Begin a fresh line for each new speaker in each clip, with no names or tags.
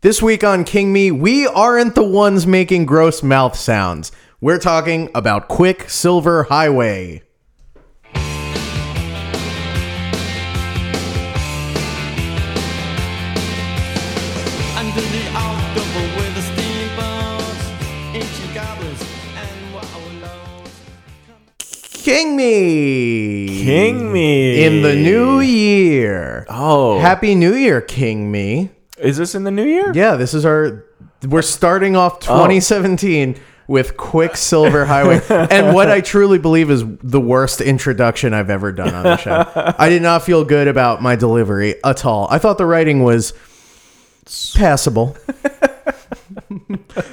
This week on King Me, we aren't the ones making gross mouth sounds. We're talking about Quicksilver Highway.
Under the October with the steamboats, ancient goblins, and wallows.
King Me!
King me
In the new year.
Oh,
Happy New Year, King Me.
is this in the new year?
Yeah, this is our. We're starting off
Oh.
2017 with Quicksilver Highway, and what I truly believe is the worst introduction I've ever done on the show. I did not feel good about my delivery at all. I thought the writing was passable.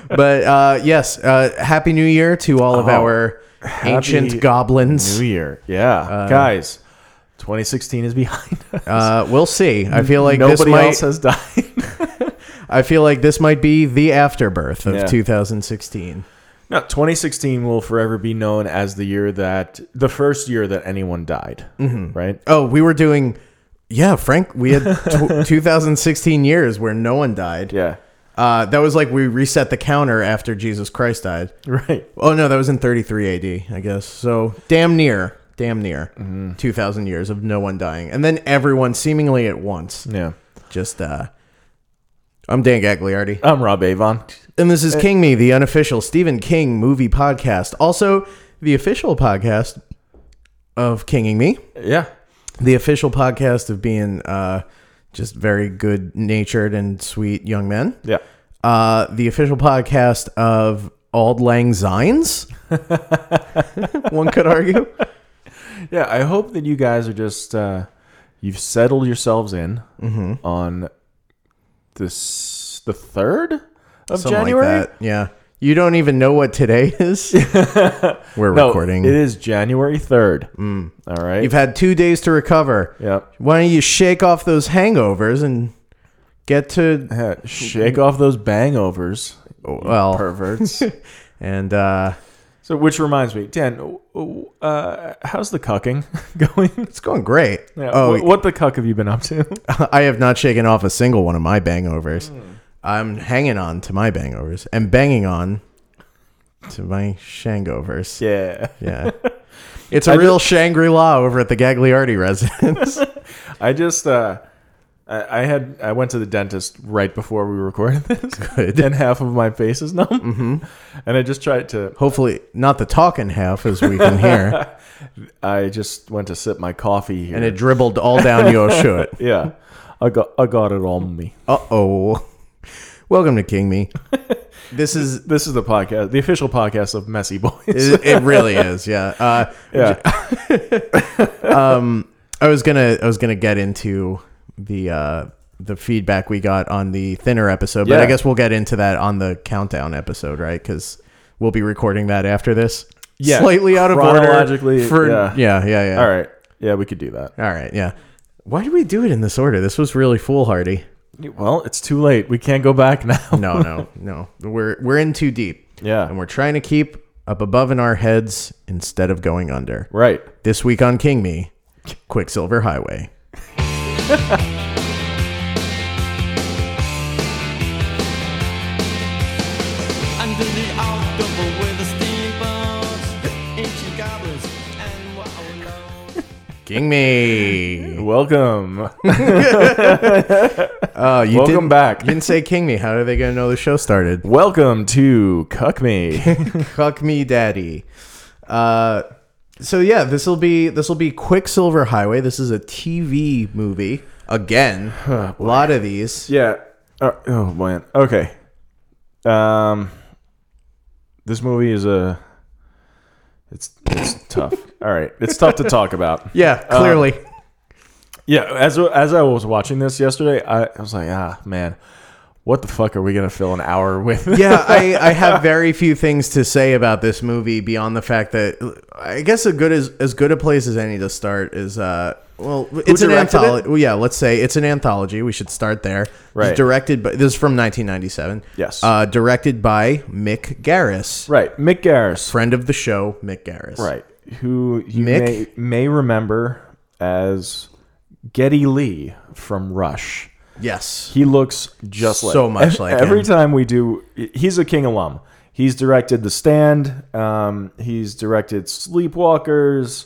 but uh, yes, uh, Happy New Year to all of
Oh,
our ancient goblins.
New year. Yeah, guys. 2016 is behind us.
Uh, we'll see. I feel like this
Nobody
might.
else has died.
I feel like this might be the afterbirth of
Yeah.
2016.
no, 2016 will forever be known as the year that the first year that anyone died. Right?
Oh, we were doing. Yeah, Frank, we had t- 2016 years where no one died.
Yeah.
Uh, that was like we reset the counter after Jesus Christ died.
Right.
Oh, no, that was in 33 AD, I guess. So damn near, damn near
Mm-hmm.
2,000 years of no one dying. And then everyone seemingly at once.
Yeah.
Just, uh, I'm Dan Gagliardi.
I'm Rob Avon.
And this
Uh,
is King Me, the unofficial Stephen King movie podcast. Also, the official podcast of Kinging Me
Yeah.
the official podcast of being uh, just very good natured and sweet young men.
Yeah.
Uh, the official podcast of Auld Lang Synes. One could argue.
Yeah. I hope that you guys are just uh, you've settled yourselves in
Mm-hmm.
on this the third of
Something
January.
Like that. Yeah. You don't even know what today is. We're
No,
recording. Mm.
It is January 3rd. All right.
You've had two days to recover.
yep.
Why don't you shake off those hangovers and get to
Yeah, Shake off those bangovers,
well
perverts.
and uh,
so, which reminds me, Dan, w- w- uh, how's the cucking going?
it's going great.
Yeah,
oh,
wh- what the cuck have you been up to?
I have not shaken off a single one of my bangovers. I'm hanging on to my bangovers and banging on to my shangovers.
yeah,
Yeah. It's a real Shangri La over at the Gagliardi residence.
I just uh, I, I had I went to the dentist right before we recorded this,
Good. Mm-hmm.
and half of my face is numb, and I just tried to
Hopefully, not the talking half as we can hear.
I just went to sip my coffee here,
And it dribbled all down your shirt.
yeah, I got I got it on me.
Uh oh. Welcome to King Me. This is.
This is the podcast, the official podcast of Messy Boys.
It, it really is, yeah. Uh, um,
Yeah.
I was gonna I was gonna get into the uh the feedback we got on the thinner episode, but I
Yeah.
guess we'll get into that on the countdown episode, right? Because we'll be recording that after this.
Yeah.
slightly out of order.
Chronologically,
For yeah,
yeah.
yeah, yeah.
All right. Yeah, we could do that.
all right, yeah. Why did we do it in this order? This was really foolhardy.
Well, it's too late. We can't go back now.
No, no, no. We're we're in too deep, and
Yeah.
we're trying to keep up above in our heads instead of going under.
Right.
This week on King Me, Quicksilver Highway.
Under the October with the steamboats, ancient goblins, and wallows.
King Me.
Welcome.
Oh, you
Welcome
didn't-
back.
You didn't say King Me. How are they going to know the show started?
Welcome to Cuck Me.
Cuck Me Daddy. Uh, so yeah, this will be this will be Quicksilver Highway. This is a TV movie again. a lot of these.
yeah. Uh, oh man. Okay. Um this movie is a it's it's tough. All right. It's tough to talk about.
Yeah, clearly.
Yeah, as as I was watching this yesterday, I, I was like, "Ah, man. What the fuck are we going to fill an hour with?"
yeah, I, I have very few things to say about this movie beyond the fact that I guess a good as as good a place as any to start is uh well it's an
directed
anthology. Well, yeah, let's say it's an anthology. We should start there. It's
Right.
directed by this is from 1997.
Yes.
Uh, directed by Mick Garris,
Right. Mick Garris.
friend of the show, Mick Garris.
Right. Who you
Mick?
may may remember as Getty Lee from Rush.
Yes.
He looks just like
So much
ev-
like
every
him.
time we do. He's a King alum. He's directed The Stand. Um, he's directed Sleepwalkers,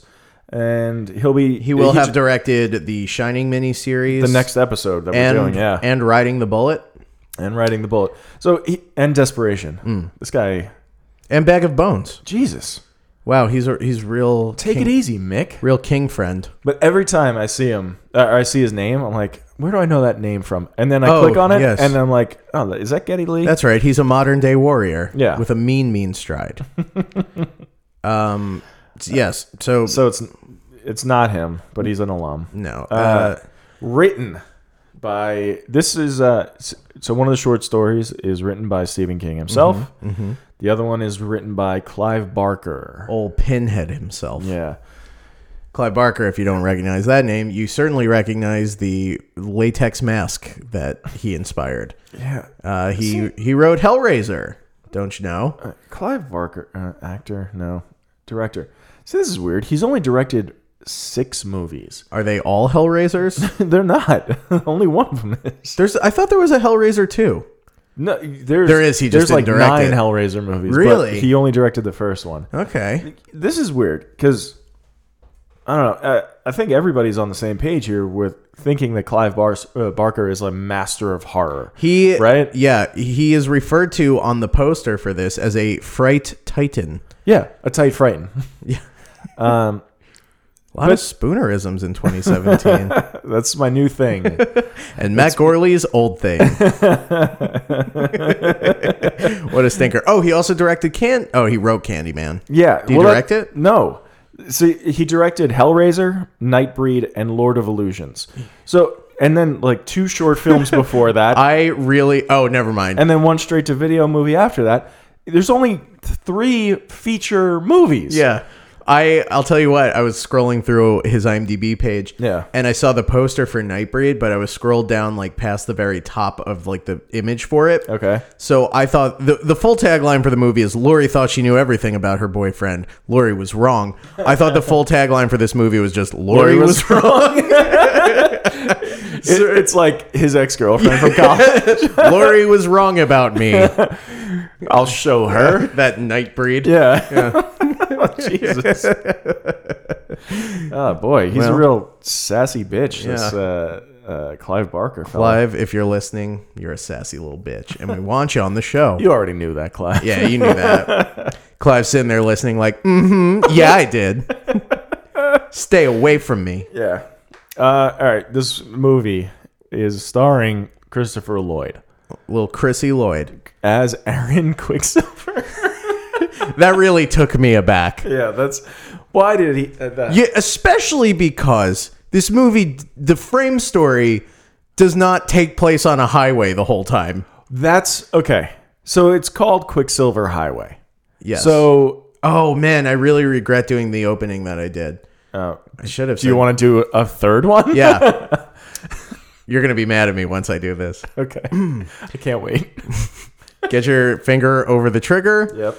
and he'll be
He will
he
have
ju-
directed the Shining miniseries.
the next episode that
and
we're doing. Yeah, and,
and riding the bullet
riding the bullet. So he, and desperation.
Mm.
This guy,
and bag of bones.
Jesus,
Wow, he's a, he's real
take
king,
it easy, Mick.
real king friend.
But every time I see him, uh, or I see his name, I'm like, where do I know that name from? And then I
Oh,
click on it,
yes.
and I'm like, oh, is that Getty Lee?
That's right. He's a modern day warrior.
Yeah.
With a mean, mean stride. um. Yes. So,
so it's it's not him, but he's an alum.
no. Uh,
written by this is uh s- so one of the short stories is written by Stephen King himself.
Mm-hmm,
The other one is written by Clive Barker.
old Pinhead himself,
Yeah,
Clive Barker. If you don't recognize that name, you certainly recognize the latex mask that he inspired.
yeah.
Uh, he he wrote Hellraiser. Don't you know?
Uh, Clive Barker, uh, actor, no, director. See, this is weird. He's only directed six movies.
Are they all Hellraisers?
They're not. only one of them is.
There's. I thought there was a Hellraiser too.
No, there's,
There is, he just
there's like
didn't direct
nine
it.
Hellraiser movies. but
Really?
he only directed the first one.
Okay.
this is weird because I don't know. I, I think everybody's on the same page here with thinking that Clive Bar- uh, Barker is a master of horror.
He
Right?
Yeah, he is referred to on the poster for this as a fright titan.
yeah, a tight frighten.
A lot of spoonerisms in 2017,
That's my new thing.
and Matt Gorley's old thing. what a stinker! Oh, he also directed Can. Oh, he wrote Candyman.
Yeah,
Did he
that-
direct it?
No. See, he directed Hellraiser, Nightbreed, and Lord of Illusions. So, and then like two short films before that,
I really. Oh, never mind.
and then one straight to video movie after that. There's only three feature movies.
Yeah. I I'll tell you what, I was scrolling through his IMDb page.
Yeah.
And I saw the poster for Nightbreed, but I was scrolled down like past the very top of like the image for it.
Okay.
So I thought the the full tagline for the movie is Lori thought she knew everything about her boyfriend. Lori was wrong. I thought the full tagline for this movie was just Lori,
Lori was
was, wrong.
It- it's like his ex girlfriend from college.
Lori was wrong about me.
I'll show her.
that Nightbreed.
Yeah. Jesus. oh boy, he's a
Well.
real sassy bitch. This
Yeah.
uh, uh, Clive Barker. fella.
Clive, if you're listening, you're a sassy little bitch, and we want you on the show.
You already knew that, Clive.
Yeah, you knew that. Clive's sitting there listening, like, mm hmm, yeah, I did. Stay away from me.
Yeah. Uh, all right. This movie is starring Christopher Lloyd
Little Chrissy Lloyd.
as Aaron Quicksilver.
That really took me aback.
yeah, that's why did he? Uh, that,
Yeah, especially because this movie, the frame story, does not take place on a highway the whole time.
That's okay. So it's called Quicksilver Highway.
Yes.
So.
oh man, I really regret doing the opening that I did.
Uh,
I should have.
do you want to do a third one?
Yeah. You're gonna be mad at me once I do this.
Okay. I can't wait.
Get your finger over the trigger.
Yep.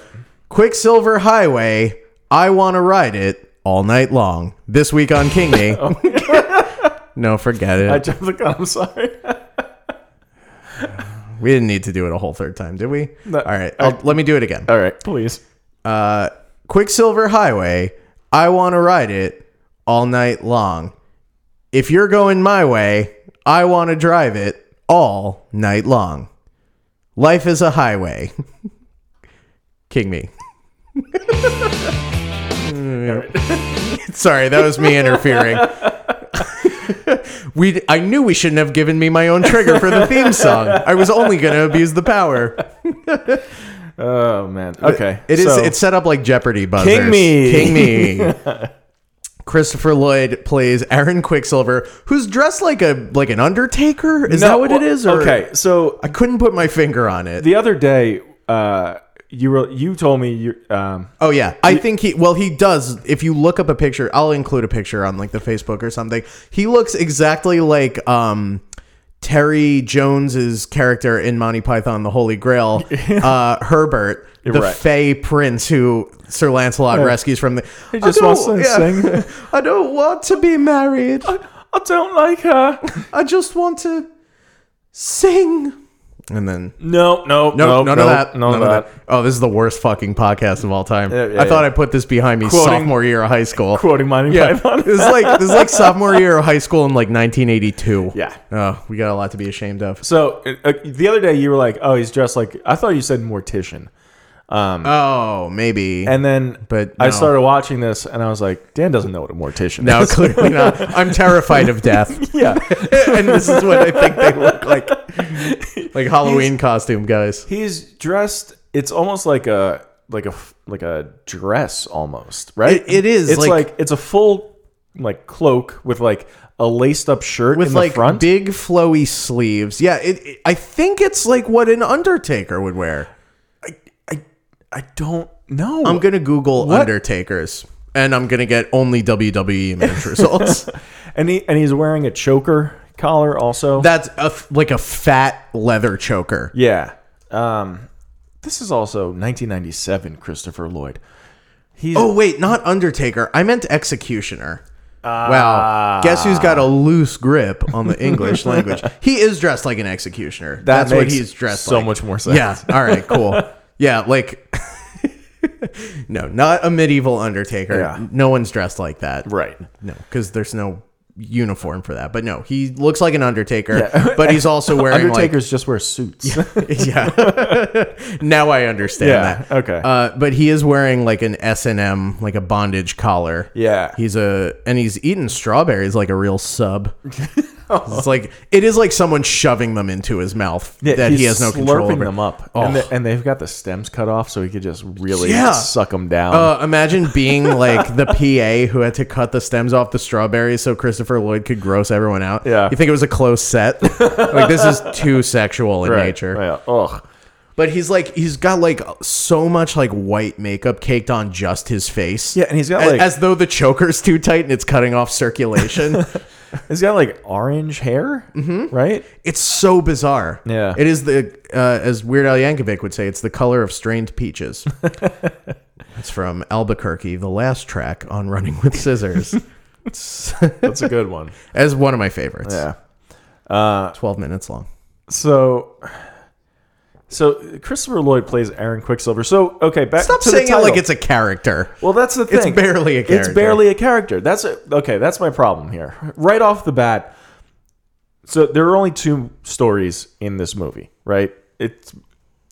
Quicksilver Highway, I Want to Ride It All Night Long. This week on Kingy. no, forget it.
I jumped the gun. I'm sorry.
we didn't need to do it a whole third time, did we?
No.
All right, I'll, let me do it again.
All right, please.
Uh, Quicksilver Highway, I Want to Ride It All Night Long. If you're going my way, I want to drive it all night long. Life is a highway. King me. Sorry, that was me interfering. we I knew we shouldn't have given me my own trigger for the theme song. I was only going to abuse the power.
Oh man. Okay.
It is.
so-
it's set up like Jeopardy buzzers.
King me.
King me. Christopher Lloyd plays Aaron Quicksilver, who's dressed like a like an Undertaker. Is
No,
that what it
well,
is? Or
okay. So
I couldn't put my finger on it.
the other day, uh, you were you told me you um
oh yeah, I think he. Well, he does. If you look up a picture, I'll include a picture on like the Facebook or something. He looks exactly like um. Terry Jones's character in Monty Python: The Holy Grail, uh, Herbert, the
Right.
Fey Prince, who Sir Lancelot rescues from the.
he just wants to sing.
I don't want to be married.
I don't like her.
I just want to sing, and then
No, no,
no,
no,
none
no,
of that,
None, of that.
Oh, this is the worst fucking podcast of all time.
Yeah, yeah,
I thought
yeah.
I put this behind me
Quoting-
sophomore year of high school.
Quoting Monty
yeah,
Python.
this is like this is like sophomore year of high school in like 1982.
Yeah.
Oh, we got a lot to be ashamed of.
So uh, the other day you were like, "Oh, he's dressed like." I thought you said mortician,
Oh, maybe.
and then
But
I
no.
started watching this, and I was like, "Dan doesn't know what a mortician
no,
is."
clearly not. I'm terrified of death,
yeah,
and this is what I think they look like. Like Halloween costume guys.
he's dressed. It's almost like a like a like a dress almost, right?
It- it is,
It's
like-
like, it's a full like cloak with like a laced up shirt
with
in
like
the front.
big flowy sleeves. Yeah, it, it- I think it's like what an Undertaker would wear.
I I don't know.
I'm gonna Google
What?
Undertakers, and I'm gonna get only WWE match results.
and he and he's wearing a choker collar also.
That's a f- like a fat leather choker.
yeah. Um, this is also 1997 Christopher Lloyd. He's
Oh wait, not Undertaker. I meant Executioner. wow,
Ah.
guess who's got a loose grip on the English language? He is dressed like an executioner. That's what
makes
he's dressed
so
like.
much more sense.
Yeah. All right. Cool. yeah. Like. no, not a medieval Undertaker.
Yeah.
No one's dressed like that.
right.
No, because there's no uniform for that. But no, he looks like an Undertaker, but he's also wearing
Undertakers just wear suits.
like yeah. now I understand
Yeah,
that.
okay.
uh, but he is wearing like an S and M, like a bondage collar.
Yeah.
he's a and he's eating strawberries like a real sub. It's like it is like someone shoving them into his mouth
Oh. Yeah,
that
he's
he has no control
slurping
over.
them up,
Oh.
and, the, and they've got the stems cut off, so he could just really
Yeah.
suck them down.
Uh, imagine being like the PA who had to cut the stems off the strawberries so Christopher Lloyd could gross everyone out.
Yeah.
You think it was a close set? like, this is too sexual in
Right,
nature.
right, Ugh.
But he's like, he's got like so much like white makeup caked on just his face.
Yeah, and he's got,
A-
like-
As though the choker's too tight and it's cutting off circulation.
He's got like orange hair, mm-hmm. right?
it's so bizarre.
Yeah.
It is the, uh, as Weird Al Yankovic would say, it's the color of strained peaches. It's from Albuquerque, the last track on Running with Scissors.
That's a good one.
as one of my favorites.
Yeah.
12 minutes long.
So, so Christopher Lloyd plays Aaron Quicksilver. So, okay, back
Stop
to
saying
the
it
title.
like it's a character.
Well, that's the thing.
It's barely a character.
It's barely a character. That's a, okay. That's my problem here. Right off the bat, so there are only two stories in this movie, right? It's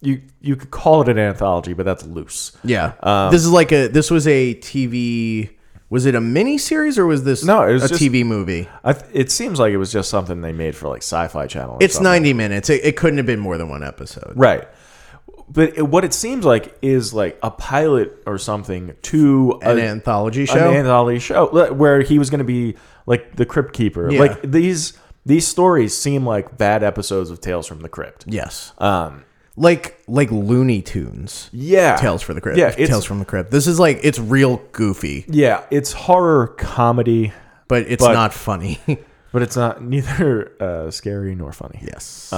you you could call it an anthology, but that's loose.
Yeah.
Um,
this is like a this was a TV was it a mini series or was this
No, it was
a
just-
TV movie?
I, th- it seems like it was just something they made for like Sci-Fi Channel. or
It's
something.
90 minutes. It, it couldn't have been more than one episode.
right, but it, what it seems like is like a pilot or something to
An
a-
anthology
an
show.
anthology show li- where he was going to be like the crypt keeper.
Yeah.
Like these these stories seem like bad episodes of Tales from the Crypt.
yes.
Um,
Like like Looney Tunes.
yeah,
Tales for the Crypt.
Yeah, it's,
Tales from the Crypt. This is like it's real goofy,
yeah, it's horror comedy,
but it's
But-
not funny.
but it's not neither uh, scary nor funny.
yes.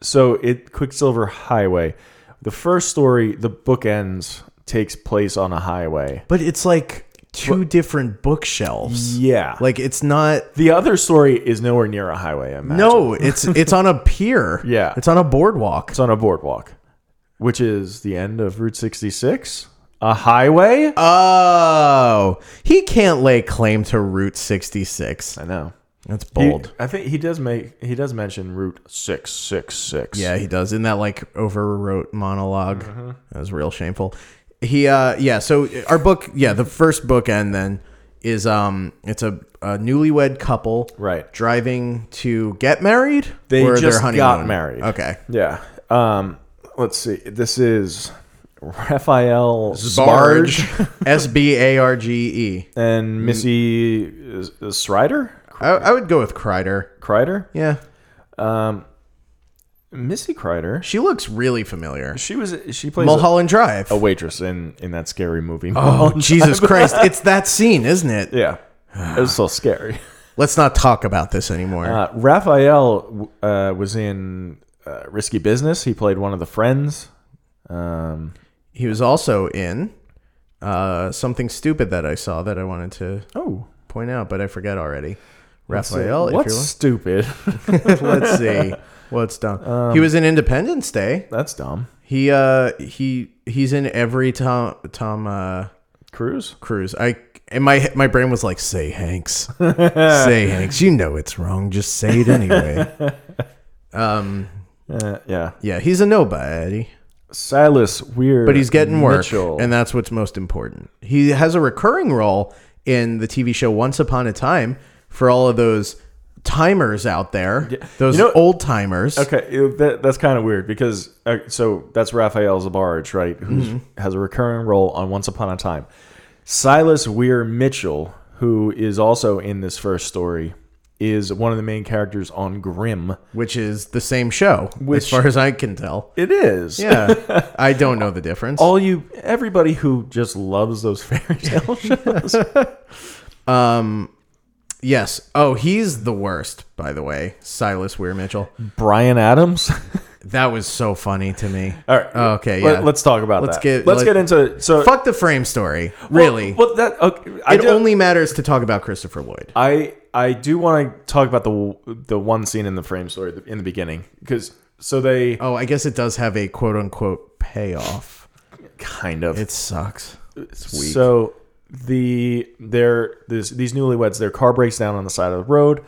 So it Quicksilver Highway, the first story, the book ends takes place on a highway.
but it's like two different bookshelves.
Yeah,
Like it's not
the other story is nowhere near a highway. I imagine.
No, it's it's on a pier.
Yeah.
It's on a boardwalk.
It's on a boardwalk, which is the end of Route 66. A highway?
Oh. He can't lay claim to Route 66.
I know.
That's
He-
bold.
I think he does make he does mention Route 666.
yeah, he does in that like overwrote monolog
Mm-hmm.
That was real shameful. He uh yeah, so our book, yeah, the first book end then is um it's a, a newlywed couple
Right.
driving to get married
They
their
just got
honeymoon?
married.
okay
Yeah. Um let's see. This is Raphael
barge Mm.
Sparge
s-b-a-r-g-e
and Missy uh, Srider?
I, I would go with kreider
Kreider?
yeah
Missy Kreider.
She looks really familiar.
She was she plays a,
Mulholland Drive.
a waitress in in that scary movie.
Oh, Jesus Christ. It's that scene, isn't it?
Yeah. It was so scary.
Let's not talk about this anymore.
Uh, Raphael uh, was in uh, Risky Business. He played one of the friends. Um,
he was also in uh, something stupid that I saw that I wanted to
oh,
point out, but I forget already. Raphael. if
what's
you're-
stupid?
Let's see what's done.
Um.
he was in Independence Day.
That's dumb.
He uh he he's in every Tom Tom uh
Cruise.
Cruise. I and my my brain was like, say Hanks, say Hanks. You know it's wrong. Just say it anyway. um.
Uh, yeah.
Yeah, he's a nobody,
Silas Weir.
but he's getting work,
Mitchell.
and that's what's most important. He has a recurring role in the TV show Once Upon a Time for all of those timers out there, those
You know-
old timers.
Okay, it- that, that's kind of weird because uh, so that's Raphael Zabarge, right? Who
Mm-hmm.
has a recurring role on Once Upon a Time. Silas Weir Mitchell, who is also in this first story, is one of the main characters on Grimm.
which is the same show, as
Which-
far as I can tell.
It is.
Yeah, I don't know the difference.
All you, everybody who just loves those fairy tale shows.
Yes. Oh, he's the worst, by the way. Silas Weir Mitchell.
Brian Adams.
That was so funny to me.
All right.
Okay, yeah.
Let, us talk about
Let's
that.
get-
let's
let-
get into so
Fuck the frame story.
Well-
Really.
Well, that okay, I
it
do-
only matters to talk about Christopher Lloyd.
I I do want to talk about the the one scene in the frame story th- in the beginning because so they
Oh, I guess it does have a quote unquote payoff.
kind of
It sucks. weak.
so the their this these newlyweds their car breaks down on the side of the road.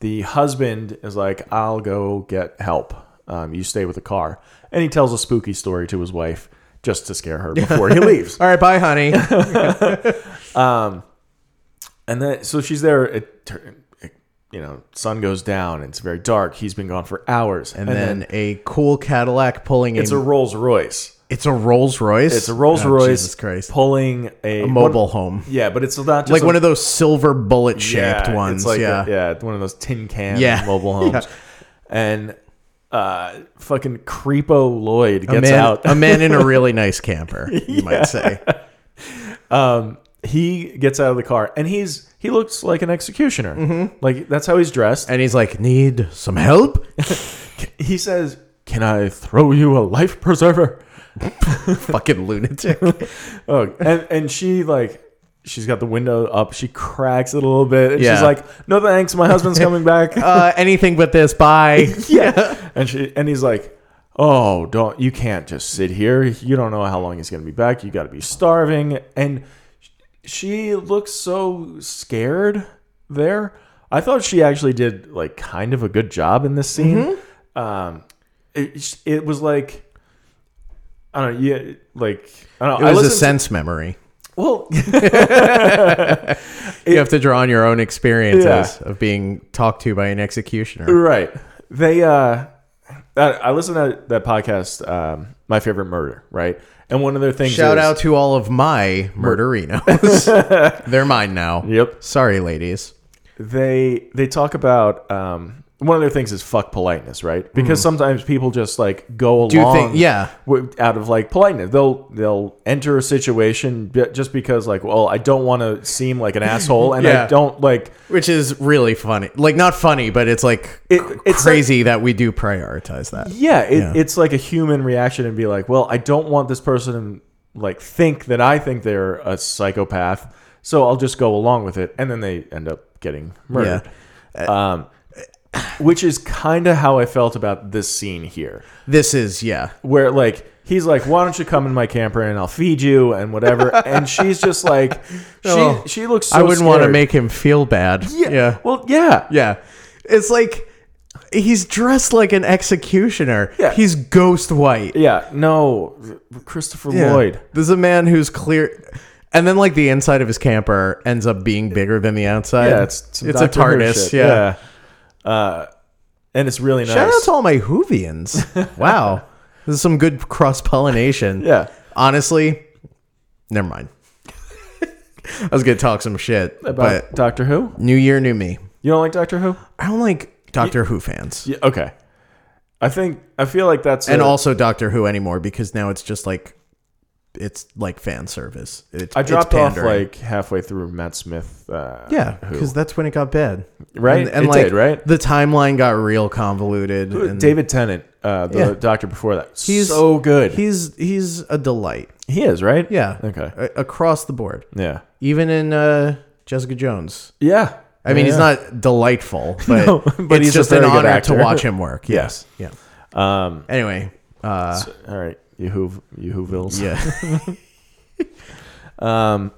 The husband is like, "I'll go get help. Um, you stay with the car," and he tells a spooky story to his wife just to scare her before he leaves.
All right, bye, honey.
And then, so she's there. It, tur- it, you know, sun goes down. It's very dark. He's been gone for hours.
And then a cool Cadillac pulling
it's a Rolls Royce.
Rolls Royce.
It's a Rolls
Oh,
Royce.
Jesus Christ.
Pulling a,
Mobile
one-
home.
yeah, but it's not just
Like
a-
one of those silver bullet
yeah,
shaped
it's
ones.
like a-
yeah.
yeah, one of those tin can
Yeah.
mobile homes. And uh, fucking creepo Lloyd
A
gets
man,
out.
a man in a really nice camper, you might say.
he gets out of the car, and he's he looks like an executioner. Like that's how he's dressed.
Mm-hmm. And he's like, need some help?
he says, "Can I throw you a life preserver?"
Fucking lunatic.
Oh, and and she like she's got the window up. She cracks it a little bit, and
Yeah.
she's like, "No thanks, my husband's coming back."
Uh, anything but this. Bye.
yeah, and she and he's like, "Oh, don't you can't just sit here. You don't know how long he's gonna be back. You got to be starving." And sh- she looks so scared there. I thought she actually did like kind of a good job in this scene.
Mm-hmm.
Um, it, it was like. I don't know. Yeah, like I don't
It
know. I
was a
listened to-
sense memory.
well,
you have to draw on your own experiences
Yeah.
of being talked to by an executioner.
Right. They uh I, I listened to that, that podcast, um, My Favorite Murder, right? And one of their things
Shout
is-
out to all of my murderinos. They're mine now.
Yep.
Sorry, ladies.
They they talk about um one of their things is fuck politeness, right? Because sometimes people just like go along
Mm. Do you think- yeah.
wi- out of like politeness. They'll they'll enter a situation ju- just because like, well, I don't want to seem like an asshole and
Yeah.
I don't like
Which is really funny. Like, not funny, but it's like
It-
cr-
it's
crazy that we do prioritize that.
Yeah, it,
Yeah.
it's like a human reaction and be like, well, I don't want this person to like think that I think they're a psychopath, so I'll just go along with it, and then they end up getting murdered. Um, which is kind of how I felt about this scene here,
This is, yeah.
where like he's like, "Why don't you come in my camper and I'll feed you and whatever," and she's just like, she
Oh,
she looks. So
I wouldn't want to
scared.
make him feel bad.
yeah, well yeah
Yeah. It's like he's dressed like an executioner.
Yeah.
He's ghost white.
yeah no Christopher
Yeah.
Lloyd
This is a man who's clear and then like the inside of his camper ends up being bigger than the outside.
Yeah, it's some
it's a
Doctor Who
TARDIS.
shit.
Yeah.
Yeah. Uh, and it's really nice.
Shout out to all my Hoovians. wow. This is some good cross pollination.
Yeah.
Honestly, never mind. I was gonna talk some shit.
about
But
Doctor Who.
New Year, New Me.
You don't like Doctor Who?
I don't like Doctor Who fans.
Yeah. Okay. I think I feel like that's
and
a-
also Doctor Who anymore because now it's just like it's like fan service. It,
I dropped
it's
off
pandering.
like halfway through Matt Smith. Uh,
yeah,
Who.
because that's when it got bad,
Right?
And, and
It
like
did, right?
the timeline got real convoluted. And
David Tennant, uh, the
Yeah.
doctor before that.
He's-
so good.
he's he's a delight.
he is right.
Yeah, Uh,
Okay.
A- across the board,
Yeah.
even in uh, Jessica Jones.
Yeah.
I mean, he's
Yeah.
not delightful, but,
but
it's
he's a
just an
very good
honor
actor.
to watch him work. Yeah.
Yes.
Yeah.
Um,
Anyway, uh,
so- all right, Yahoo, Yahoovilles.
yeah.
Um,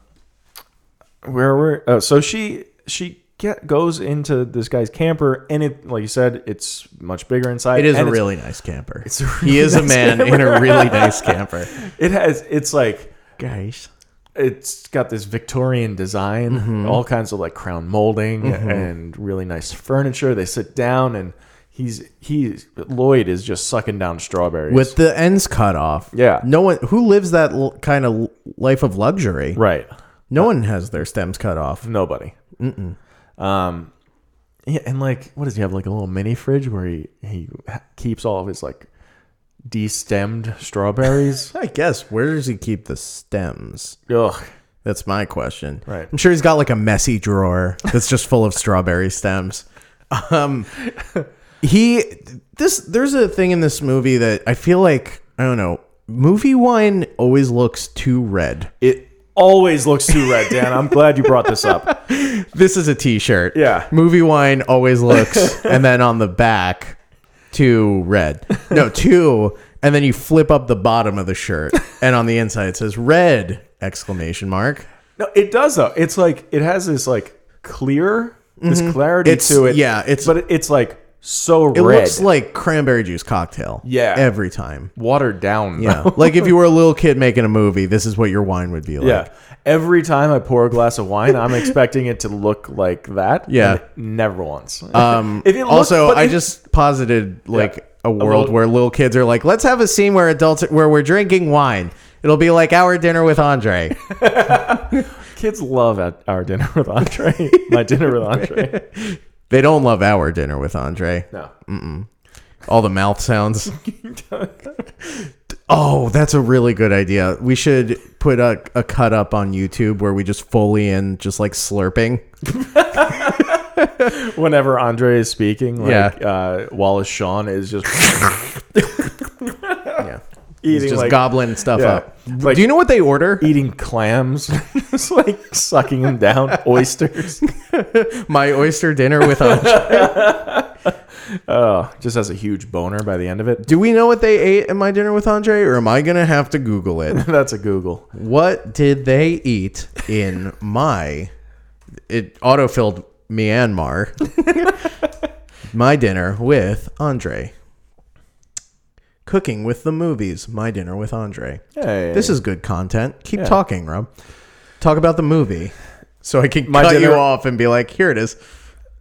where were? Oh, so she she get, goes into this guy's camper, and it, like you said, it's much bigger inside.
It is
and
a
it's-
really nice camper.
It's a
he is a
nice
man in a really nice camper.
It has. It's like
Guys.
it's got this Victorian design,
Mm-hmm.
all kinds of like crown molding and really nice furniture. They sit down and he's he's Lloyd is just sucking down strawberries
With the ends cut off.
Yeah.
No one who lives that l- kind of l- life of luxury.
right
No one has their stems cut off.
nobody. Um, yeah, and like what does he have? Like a little mini fridge where he he ha- keeps all of his like de-stemmed strawberries.
I guess where does he keep the stems?
Ugh.
That's my question.
Right.
I'm sure he's got like a messy drawer that's just full of strawberry stems. Um, he this there's a thing in this movie that I feel like I don't know. Movie wine always looks too red.
It always looks too red, Dan. I'm glad you brought this up.
This is a T-shirt.
Yeah.
Movie wine always looks, and then on the back, two red. No, two, and then you flip up the bottom of the shirt, and on the inside it says red exclamation mark.
No, it does though. It's like it has this like clear this clarity
Mm-hmm. It's-
to it.
yeah, it's-
but it- it's like so
It
red,
looks like cranberry juice cocktail.
Yeah.
Every time.
watered down.
Yeah.
though.
like if you were a little kid making a movie, this is what your wine would be like.
yeah. Every time I pour a glass of wine, I'm expecting it to look like that.
Yeah.
and it never once.
Um,
If it looked-
also,
but
I
if-
just posited like
Yeah.
a world
little-
where little kids are like, let's have a scene where adults where we're drinking wine. It'll be like our dinner with Andre.
Kids love at our dinner with Andre. My dinner with Andre.
they don't love our dinner with Andre.
No.
Mm. All the mouth sounds. oh, that's a really good idea. We should put a, a cut up on YouTube where we just fully in, just like slurping.
Whenever Andre is speaking, like
Yeah.
uh, Wallace Shawn is just
Yeah.
eating
just
like
gobbling stuff
yeah.
up.
Like-
Do you know what they order?
eating clams, just like sucking them down, oysters.
My oyster dinner with a.
Oh, just has a huge boner by the end of it.
Do we know what they ate at my dinner with Andre, or am I gonna have to Google it?
That's a Google.
What did they eat in my? It autofilled Myanmar. my dinner with Andre. Cooking with the movies. My dinner with Andre.
Hey.
This is good content. Keep talking, Rob. Talk about the movie, so I can
My
cut you
dinner-
off and be like, "Here it is."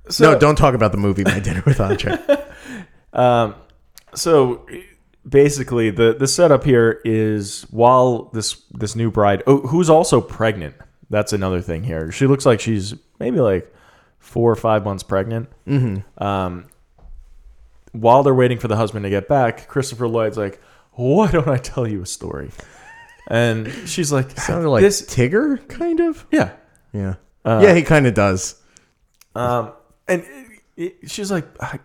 So-
no, don't talk about the movie. My dinner with Andre.
Um, so basically, the the setup here is while this this new bride, oh, who's also pregnant, that's another thing here. She looks like she's maybe like four or five months pregnant. Mm-hmm. Um, while they're waiting for the husband to get back, Christopher Lloyd's like, "Why don't I tell you a story?" And she's like,
Sounded like
"This,
Tigger, kind of.
yeah."
Yeah. yeah, he kind of does.
Um, and it, it, she's like, I,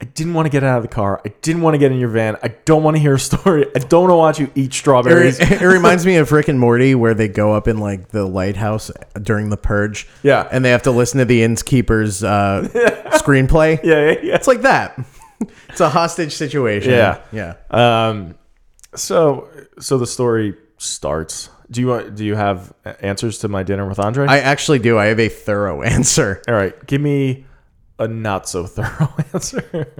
I didn't want to get out of the car. I didn't want to get in your van. I don't want to hear a story. I don't want to watch you eat
It, re-
strawberries.
it reminds me of Rick and Morty, where they go up in like the lighthouse during the purge.
Yeah.
and they have to listen to the innkeeper's uh, screenplay.
yeah, yeah, yeah.
It's like that. It's a hostage situation.
Yeah.
yeah.
Um, so, so the story starts. Do you want? Do you have answers to my dinner with Andre?
I actually do. I have a thorough answer.
All right, give me a not so thorough answer.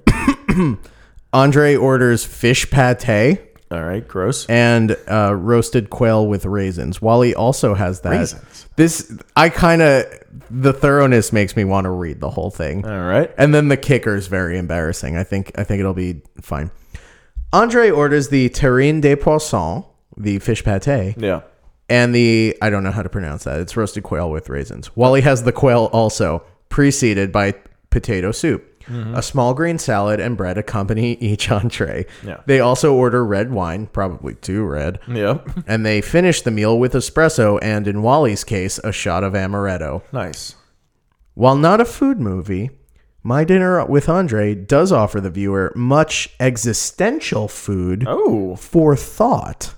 Andre orders fish pate
All right, gross.
and uh, roasted quail with raisins. Wally also has that.
Raisins.
This I kind of the thoroughness makes me want to read the whole thing.
All right.
And then the kicker is very embarrassing. I think I think it'll be fine. Andre orders the terrine de poisson, the fish pate,
Yeah.
and the I don't know how to pronounce that. It's roasted quail with raisins. Wally has the quail also, preceded by potato soup.
Mm-hmm.
A small green salad and bread accompany each entree.
Yeah.
They also order red wine, probably too red,
Yeah.
and they finish the meal with espresso and, in Wally's case, a shot of amaretto.
Nice.
While not a food movie, My Dinner with Andre does offer the viewer much existential food
Oh.
for thought.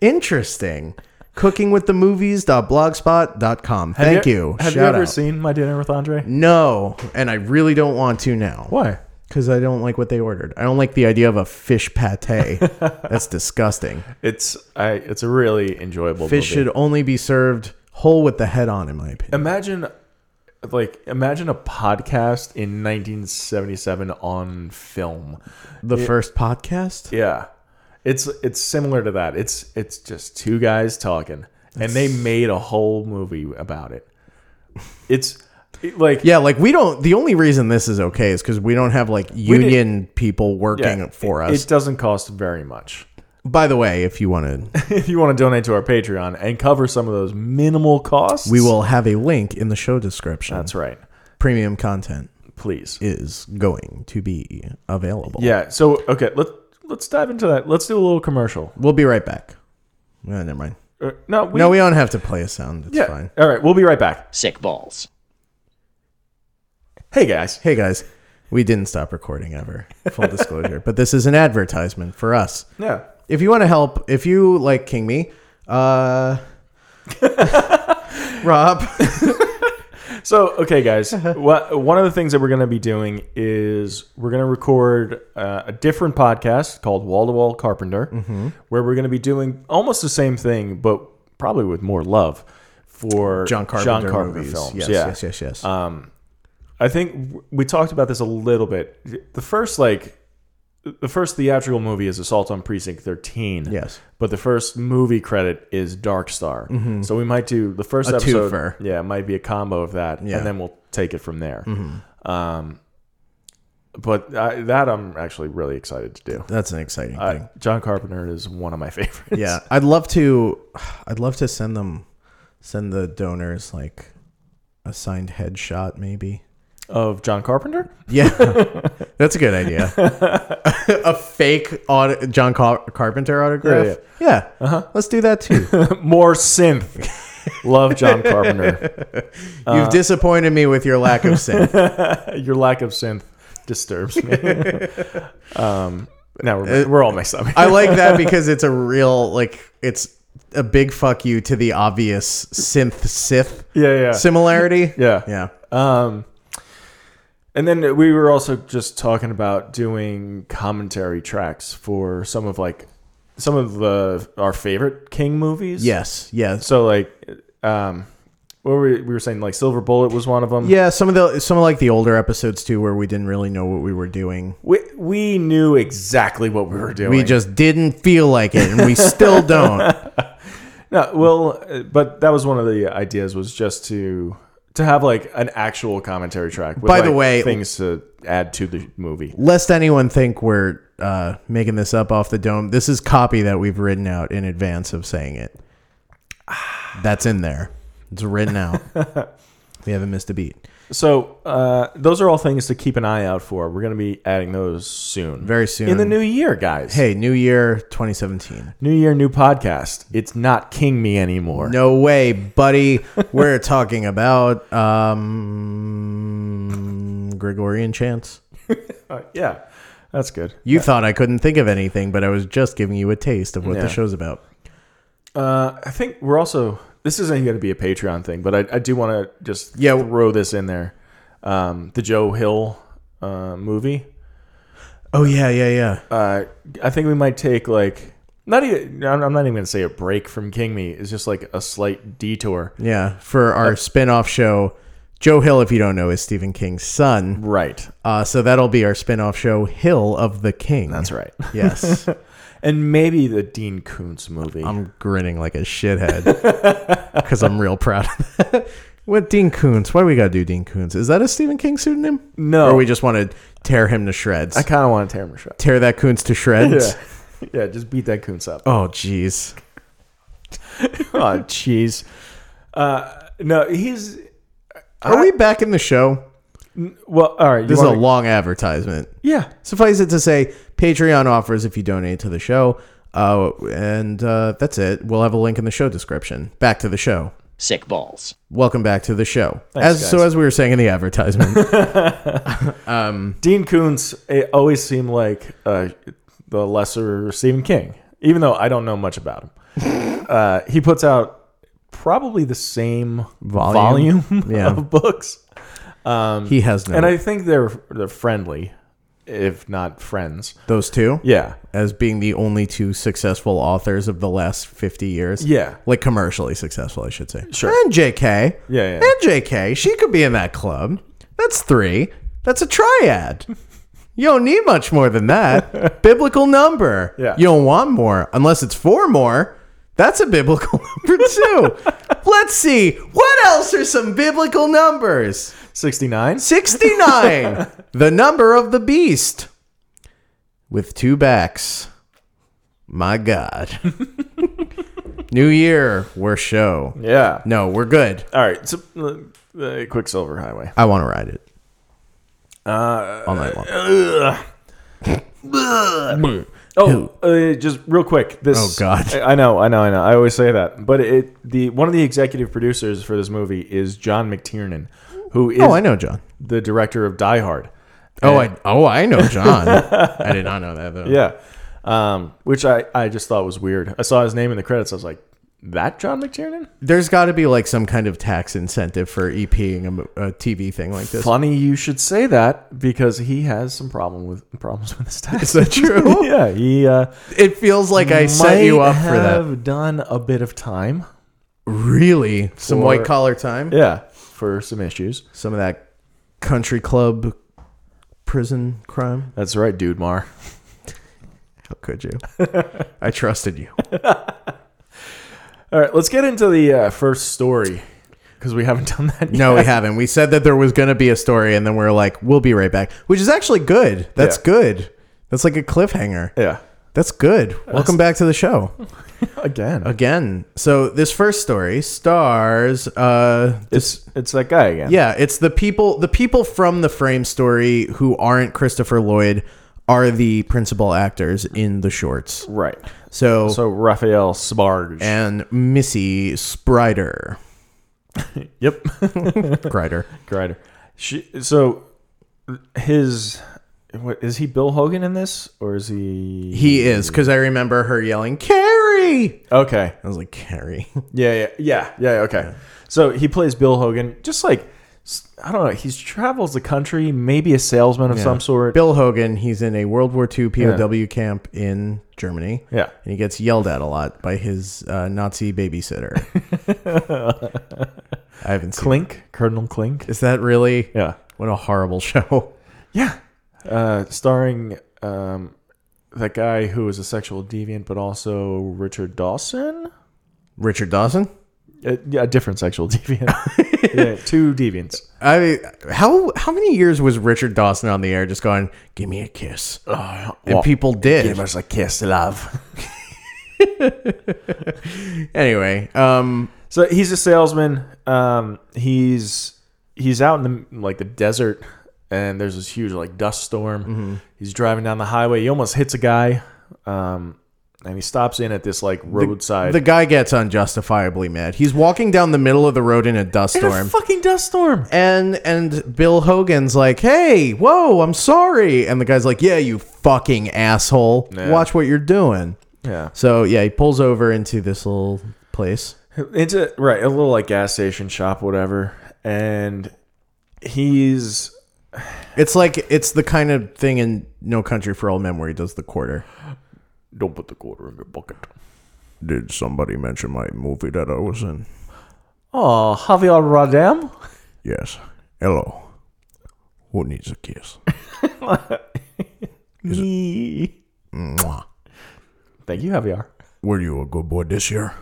Interesting. Cooking with the movies.blogspot.com. Thank
Have
you.
Have
Shout
you ever
out.
seen My Dinner with Andre?
no, and I really don't want to now
Why?
because I don't like what they ordered. I don't like the idea of a fish pate. That's disgusting.
It's I. It's a really enjoyable.
Fish
movie.
should only be served whole with the head on, in my opinion.
imagine, like imagine a podcast in 1977 on film.
the first podcast?
Yeah, it's it's similar to that. It's it's just two guys talking, and they made a whole movie about it. It's it- like
Yeah, like we don't. The only reason this is okay is because we don't have like
didn't-
union people working for
it-
us.
It doesn't cost very much.
By the way, if you want to,
if you want to donate to our Patreon and cover some of those minimal costs,
we will have a link in the show description.
That's right.
Premium content
Please.
is going to be available.
Yeah. So okay, let let's dive into that. Let's do a little commercial.
We'll be right back. No, never mind.
Uh, no, we,
no, we don't have to play a sound. It's
yeah.
fine.
All right, we'll be right back.
Sick balls.
Hey guys.
Hey guys, we didn't stop recording ever. Full disclosure, but this is an advertisement for us.
Yeah.
If you want to help, if you like King Me, uh, Rob,
So okay, guys. what, one of the things that we're going to be doing is we're going to record uh, a different podcast called Wall to Wall Carpenter,
Mm-hmm.
where we're going to be doing almost the same thing, but probably with more love for
John Carpenter, movies.
films.
Yes,
yeah.
yes, yes, yes.
I think w- we talked about this a little bit. The first like the first theatrical movie is Assault on Precinct 13.
Yes.
But the first movie credit is Dark Star. So we might do the first
Mm-hmm. A
episode.
twofer.
Yeah, it might be a combo of that
Yeah. Mm-hmm.
and then we'll take it from there. Um but I, that I'm actually really excited to do.
That's an exciting thing.
I, John Carpenter is one of my favorites.
yeah i'd love to i'd love to send them send the donors like a signed headshot maybe
Of John Carpenter?
yeah that's a good idea a fake auto, john Car- carpenter autograph
Yeah,
yeah, Uh-huh. let's do that too
More synth. Love John Carpenter.
you've disappointed me with your lack of sin
Your lack of synth disturbs me. um, now we're, we're all messed up.
i like that because it's a real like it's a big fuck you to the obvious synth sith
yeah, yeah,
similarity
yeah,
yeah
Um, and then we were also just talking about doing commentary tracks for some of like some of the our favorite King movies.
yes yes
So like, um, what were we, we were saying? Like Silver Bullet was one of them.
Yeah, some of the some of like the older episodes too, where we didn't really know what we were doing.
We, we knew exactly what we were doing.
We just didn't feel like it, and we still don't.
No, well, uh, but that was one of the ideas was just to to have like an actual commentary track. With,
By the
like,
way-
things to add to the movie.
Lest anyone think we're uh, making this up off the dome. This is copy that we've written out in advance of saying it. That's in there. It's written out. we haven't missed a beat.
So uh, those are all things to keep an eye out for. We're going to be adding those soon,
Very soon.
in the new year, guys.
Hey, New Year 2017.
new year, new podcast. It's not King Me anymore.
No way, buddy. We're talking about um, Gregorian chants.
Uh, yeah, that's good.
You thought I couldn't think of anything, but I was just giving you a taste of what
Yeah.
the show's about.
Uh, I think we're also this isn't going to be a Patreon thing, but I, I do want to just
Yeah.
throw this in there. Um, the Joe Hill uh, movie.
Oh yeah, yeah, yeah.
uh, I think we might take like not even. I'm I'm not even gonna say a break from King Me. It's just like a slight detour.
yeah, for
uh,
our spin-off show, Joe Hill, if you don't know, is Stephen King's son.
Right.
Uh, so that'll be our spin-off show, Hill of the King.
That's right.
Yes.
And maybe the Dean Koontz movie.
I'm grinning like a shithead cuz I'm real proud of that. What Dean Koontz? Why we got to do Dean Koontz? Is that a Stephen King pseudonym?
No.
Or we just want to tear him to shreds.
I kind of want to tear him to shreds.
tear that Koontz to shreds.
Yeah. Yeah. Just beat that Koontz up.
Oh jeez.
Oh, jeez. Uh, no, he's
Are we back in the show?
well. All right. you
This is a
wanna-
long advertisement.
Yeah.
Suffice it to say, Patreon offers if you donate to the show. Uh, and uh, that's it. We'll have a link in the show description. Back to the show.
Sick balls.
Welcome back to the show.
Thanks,
as so,
guys.
as we were saying in the advertisement,
Dean Koontz it always seemed like uh, the lesser Stephen King, even though I don't know much about him. Uh, he puts out probably the same
Volume?
volume,
Yeah. Oh.
of books.
He has no.
And I think they're they're friendly, if not friends.
those two
Yeah.
as being the only two successful authors of the last 50 years.
Yeah.
Like commercially successful, I should say.
Sure.
And JK.
Yeah, yeah.
And JK. She could be in that club. That's three. That's a triad. You don't need much more than that. biblical number.
Yeah.
You don't want more unless it's four more. That's a biblical number too. Let's see. What else are some biblical numbers?
69?
69. the number of the beast with two backs. My God. New year, we're show.
Yeah.
No, we're good.
All right. So, uh, uh, Quicksilver Highway.
I want to ride it. Uh, All night long.
Oh, uh, just real quick. This.
Oh, God.
I, I know, I know, I know. I always say that, but it the one of the executive producers for this movie is John McTiernan, who is
oh, I know John.
the director of Die Hard.
Oh, I oh I know John. I did not know that though.
Yeah. Um, which I, I just thought was weird. I saw his name in the credits. I was like, that John McTiernan?
There's got to be like some kind of tax incentive for EPing a, mo- a TV thing like this.
Funny you should say that because he has some problem with problems with his
Is
tax.
that true?
yeah, he uh,
It feels like I set you up for that.
done a bit of time.
Really? Some
For-
white collar time?
Yeah, for some issues.
some of that country club prison crime.
That's right, dude. Mar.
How could you? I trusted you.
All right, let's get into the uh, first story because we haven't done that. yet.
No, we haven't. We said that there was going to be a story, and then we are like, we'll be right back, which is actually good. That's
Yeah.
good. That's like a cliffhanger.
Yeah.
That's good. Welcome back to the show
Again.
again. So this first story stars. Uh,
It's it's that guy again.
yeah, it's the people. The people from the Frame story who aren't Christopher Lloyd are the principal actors in the shorts.
Right.
So
So Raphael Sparge.
and Missy Sprider.
yep.
Grider.
Grider. She, so his what is he Bill Hogan in this or is he
He is, because I remember her yelling, Carrie!
Okay.
I was like, Carrie.
Yeah, yeah, yeah, yeah, okay. So he plays Bill Hogan just like s- I don't know, he's travels the country, maybe a salesman of some sort.
Bill Hogan, he's in a World War II POW camp in Germany.
Yeah.
And he gets yelled at a lot by his uh, Nazi babysitter. I haven't seen
Clink, Colonel Clink.
Is that really?
Yeah.
What a horrible show.
Yeah. Uh, starring um, that guy who was a sexual deviant, but also Richard Dawson?
Richard Dawson?
Uh, yeah, a different sexual deviant. yeah, two deviants.
I how how many years was Richard Dawson on the air just going, give me a kiss? and
Uh, Well,
people did.
Give us a kiss, love.
Anyway, um,
So he's a salesman. Um, he's he's out in the like the desert, and there's this huge like dust storm. He's driving down the highway. He almost hits a guy, um, and he stops in at this like roadside.
the guy gets unjustifiably mad. He's walking down the middle of the road in a dust
In a
storm.
fucking dust storm.
and and Bill Hogan's like, "Hey, whoa, I'm sorry." And the guy's like, "Yeah, you fucking asshole.
Yeah.
Watch what you're doing."
Yeah,
So, yeah, he pulls over into this little place.
it's a right a little like gas station shop, whatever, and he's
It's like it's the kind of thing in No Country for Old Men where he does the quarter.
don't put the quarter in your bucket.
Did somebody mention my movie that I was in?
Oh, Javier Bardem.
Yes. Hello. Who needs a kiss?
Me. Thank you, Javier.
Were you a good boy this year?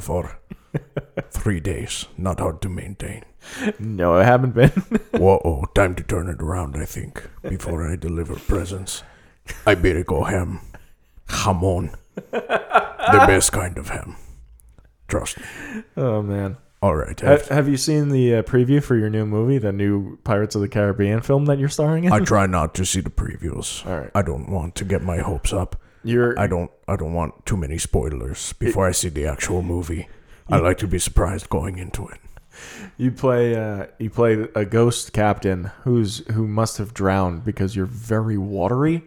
far, three days. Not hard to maintain.
No, I haven't been.
Whoa, time to turn it around, I think, before I deliver presents. Iberico ham. Jamon. The best kind of ham. Trust me.
oh man.
All right. I,
Have, have you seen the uh, preview for your new movie, the new Pirates of the Caribbean film that you're starring in?
I try not to see the previews.
All right.
I don't want to get my hopes up.
You're
I don't I don't want too many spoilers before I see the actual movie. I like to be surprised going into it.
you play uh, you play a ghost captain who's who must have drowned because you're very watery.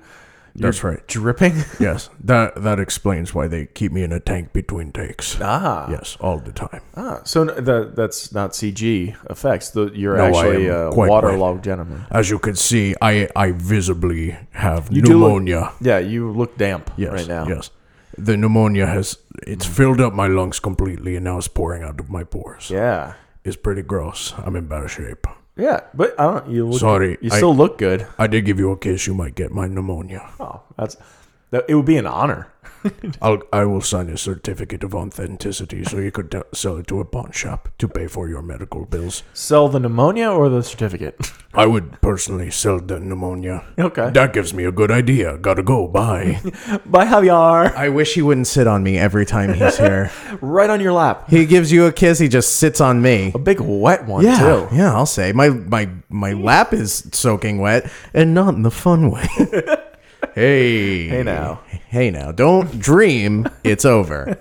That's right.
dripping.
Yes, that that explains why they keep me in a tank between takes.
Ah,
Yes, all the time.
ah. So n- that that's not CG effects. The, you're
No, I
actually
am
a
quite
waterlogged gentleman.
As you can see, I I visibly have
You do look-
pneumonia.
Yeah, you look damp
yes,
right now.
yes. The pneumonia has it's filled up my lungs completely, and now it's pouring out of my pores.
Yeah,
It's pretty gross. I'm in bad shape.
yeah. But I don't. You look,
Sorry,
You
I-
still look good.
I did give you a kiss. You might get my pneumonia.
Oh, that's. That, it would be an honor.
I'll I will sign a certificate of authenticity, so you could t- sell it to a pawn shop to pay for your medical bills.
Sell the pneumonia or the certificate.
I would personally sell the pneumonia.
Okay.
That gives me a good idea. Gotta go. Bye.
Bye, Javier.
I wish he wouldn't sit on me every time he's here.
Right on your lap.
he gives you a kiss, he just sits on me.
A big wet one
Yeah,
too.
yeah, I'll say my my my lap is soaking wet, and not in the fun way. hey,
Hey now.
hey now, don't dream it's over.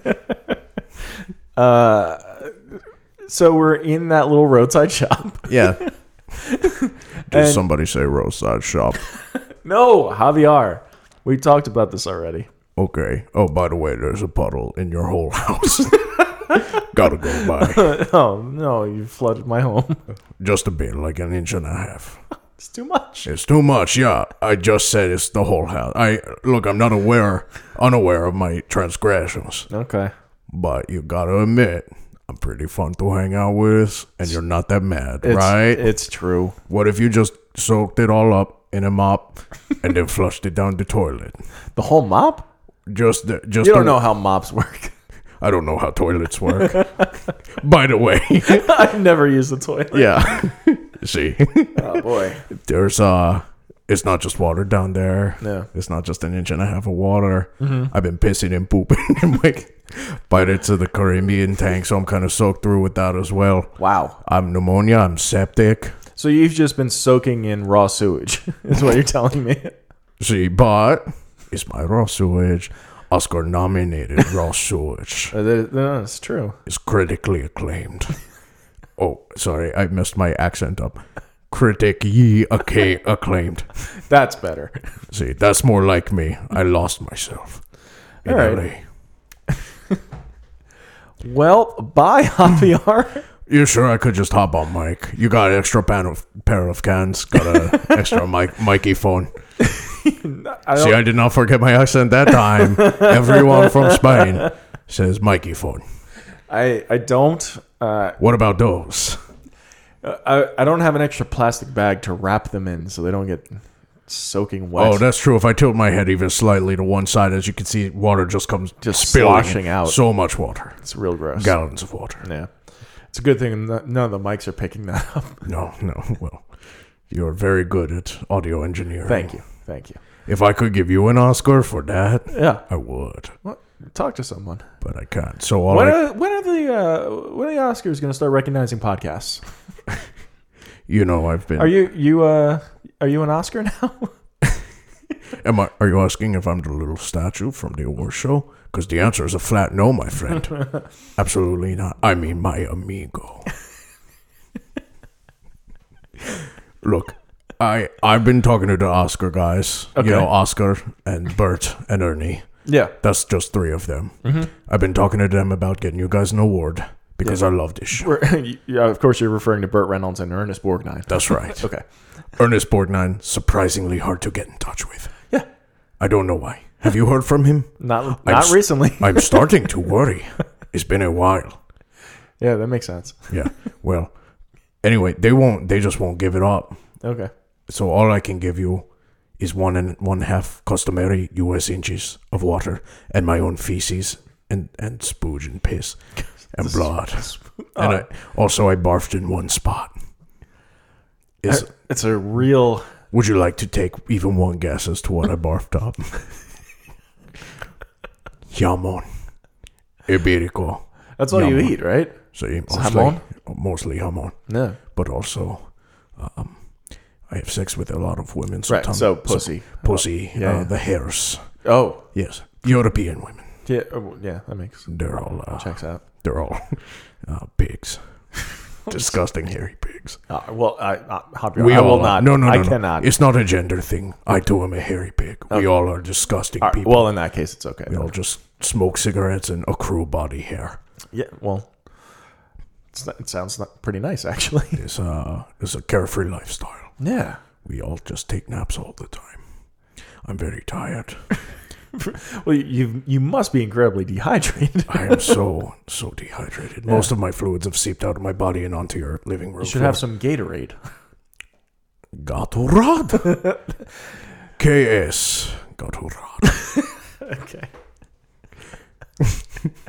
So we're in that little roadside shop.
Yeah,
Did somebody say roadside shop?
No, Javier. We talked about this already.
Okay. Oh, by the way, there's a puddle in your whole house. Gotta go by.
Oh no, you flooded my home.
Just a bit, like an inch and a half.
It's too much.
It's too much, yeah. I just said it's the whole house. I look, I'm not aware, unaware of my transgressions,
Okay.
but you gotta admit, I'm pretty fun to hang out with, and you're not that mad,
It's,
right?
It's true.
what if you just soaked it all up in a mop and then flushed it down the toilet?
The whole mop?
Just, the, just
You don't
the-
know how mops work.
I don't know how toilets work. By the way,
I've never used the toilet.
yeah. See,
Oh boy.
there's uh, it's not just water down there.
Yeah. Mm-hmm.
It's not just an inch and a half of water. I've been pissing and pooping and like, but it's in the Caribbean tank, so I'm kind of soaked through with that as well.
Wow.
I'm pneumonia. I'm septic.
So you've just been soaking in raw sewage, is what you're telling me.
See, but it's my raw sewage. Oscar nominated raw sewage.
Uh, that- No, it's true.
is critically acclaimed. oh, sorry, I messed my accent up. Critic ye okay acclaimed.
That's better.
See, that's more like me. I lost myself. in
All right.
LA.
Well, bye, Javier.
You sure I could just hop on Mike? You got an extra pan of, pair of cans? Got a extra Mike Mikey phone?
I
See,
don't-
I did not forget my accent that time. Everyone from Spain says Mikey phone.
I, I don't. Uh,
What about those?
I, I don't have an extra plastic bag to wrap them in so they don't get soaking wet.
Oh, that's true. If I tilt my head even slightly to one side, as you can see, water just comes
Just
spilling in.
sloshing out.
So much water.
it's real gross.
gallons of water.
Yeah. It's a good thing no- none of the mics are picking that up.
No, no. Well, you're very good at audio engineering.
Thank you. Thank you.
If I could give you an Oscar for that,
Yeah.
I would,
Well, Talk to someone.
but I can't. So all
when,
I,
are, when are the uh, when are the Oscars going to start recognizing podcasts?
you know, I've been.
Are you you uh are you an Oscar now?
am I? Are you asking if I'm the little statue from the award show? Because the answer is a flat no, my friend. Absolutely not. I mean, my amigo. Look, I I've been talking to the Oscar guys.
Okay.
You know, Oscar and Bert and Ernie.
yeah.
That's just three of them.
Mm-hmm.
I've been talking to them about getting you guys an award because I love this show.
We're, yeah, of course you're referring to Burt Reynolds and Ernest Borgnine.
That's right.
Okay.
Ernest Borgnine, surprisingly hard to get in touch with.
Yeah.
I don't know why. Have you heard from him?
Not
I'm
not
s-
recently.
I'm starting to worry. It's been a while.
yeah, that makes sense.
Yeah. Well, anyway, they won't. They just won't give it up.
Okay.
So all I can give you is one and one half customary U.S. inches of water and my own feces and and spooge and piss and blood. And I, also, I barfed in one spot. Is
It's a real
would you like to take even one guess as to what I barfed up? Jamon, ibérico.
That's all you
Yum.
eat, right?
So you mostly,
jamón?
mostly jamon,
No.
but also, um, I have sex with a lot of women.
Right,
sometimes.
so pussy. Oh,
pussy.
Yeah,
uh,
yeah.
The hairs.
Oh.
Yes, European women.
Yeah, oh, yeah, that makes
They're all. Uh,
checks out.
they're all uh, pigs. Disgusting hairy pigs.
Uh, well, I, uh, Javier, I will
are.
not.
No, no, no.
I
no.
cannot.
It's not a gender thing. I too am a hairy pig. We all are disgusting
All right,
people.
well, in that case, it's okay.
we all just smoke cigarettes and accrue body hair.
Yeah. Well, it's not, it sounds not pretty nice, actually.
It's a, it's uh, a carefree lifestyle.
Yeah.
We all just take naps all the time. I'm very tired.
Well, you you must be incredibly dehydrated.
I am so, so dehydrated. Most of my fluids have seeped out of my body and onto your living room.
You should have some Gatorade.
Gatorade. KS. Gatorade.
okay.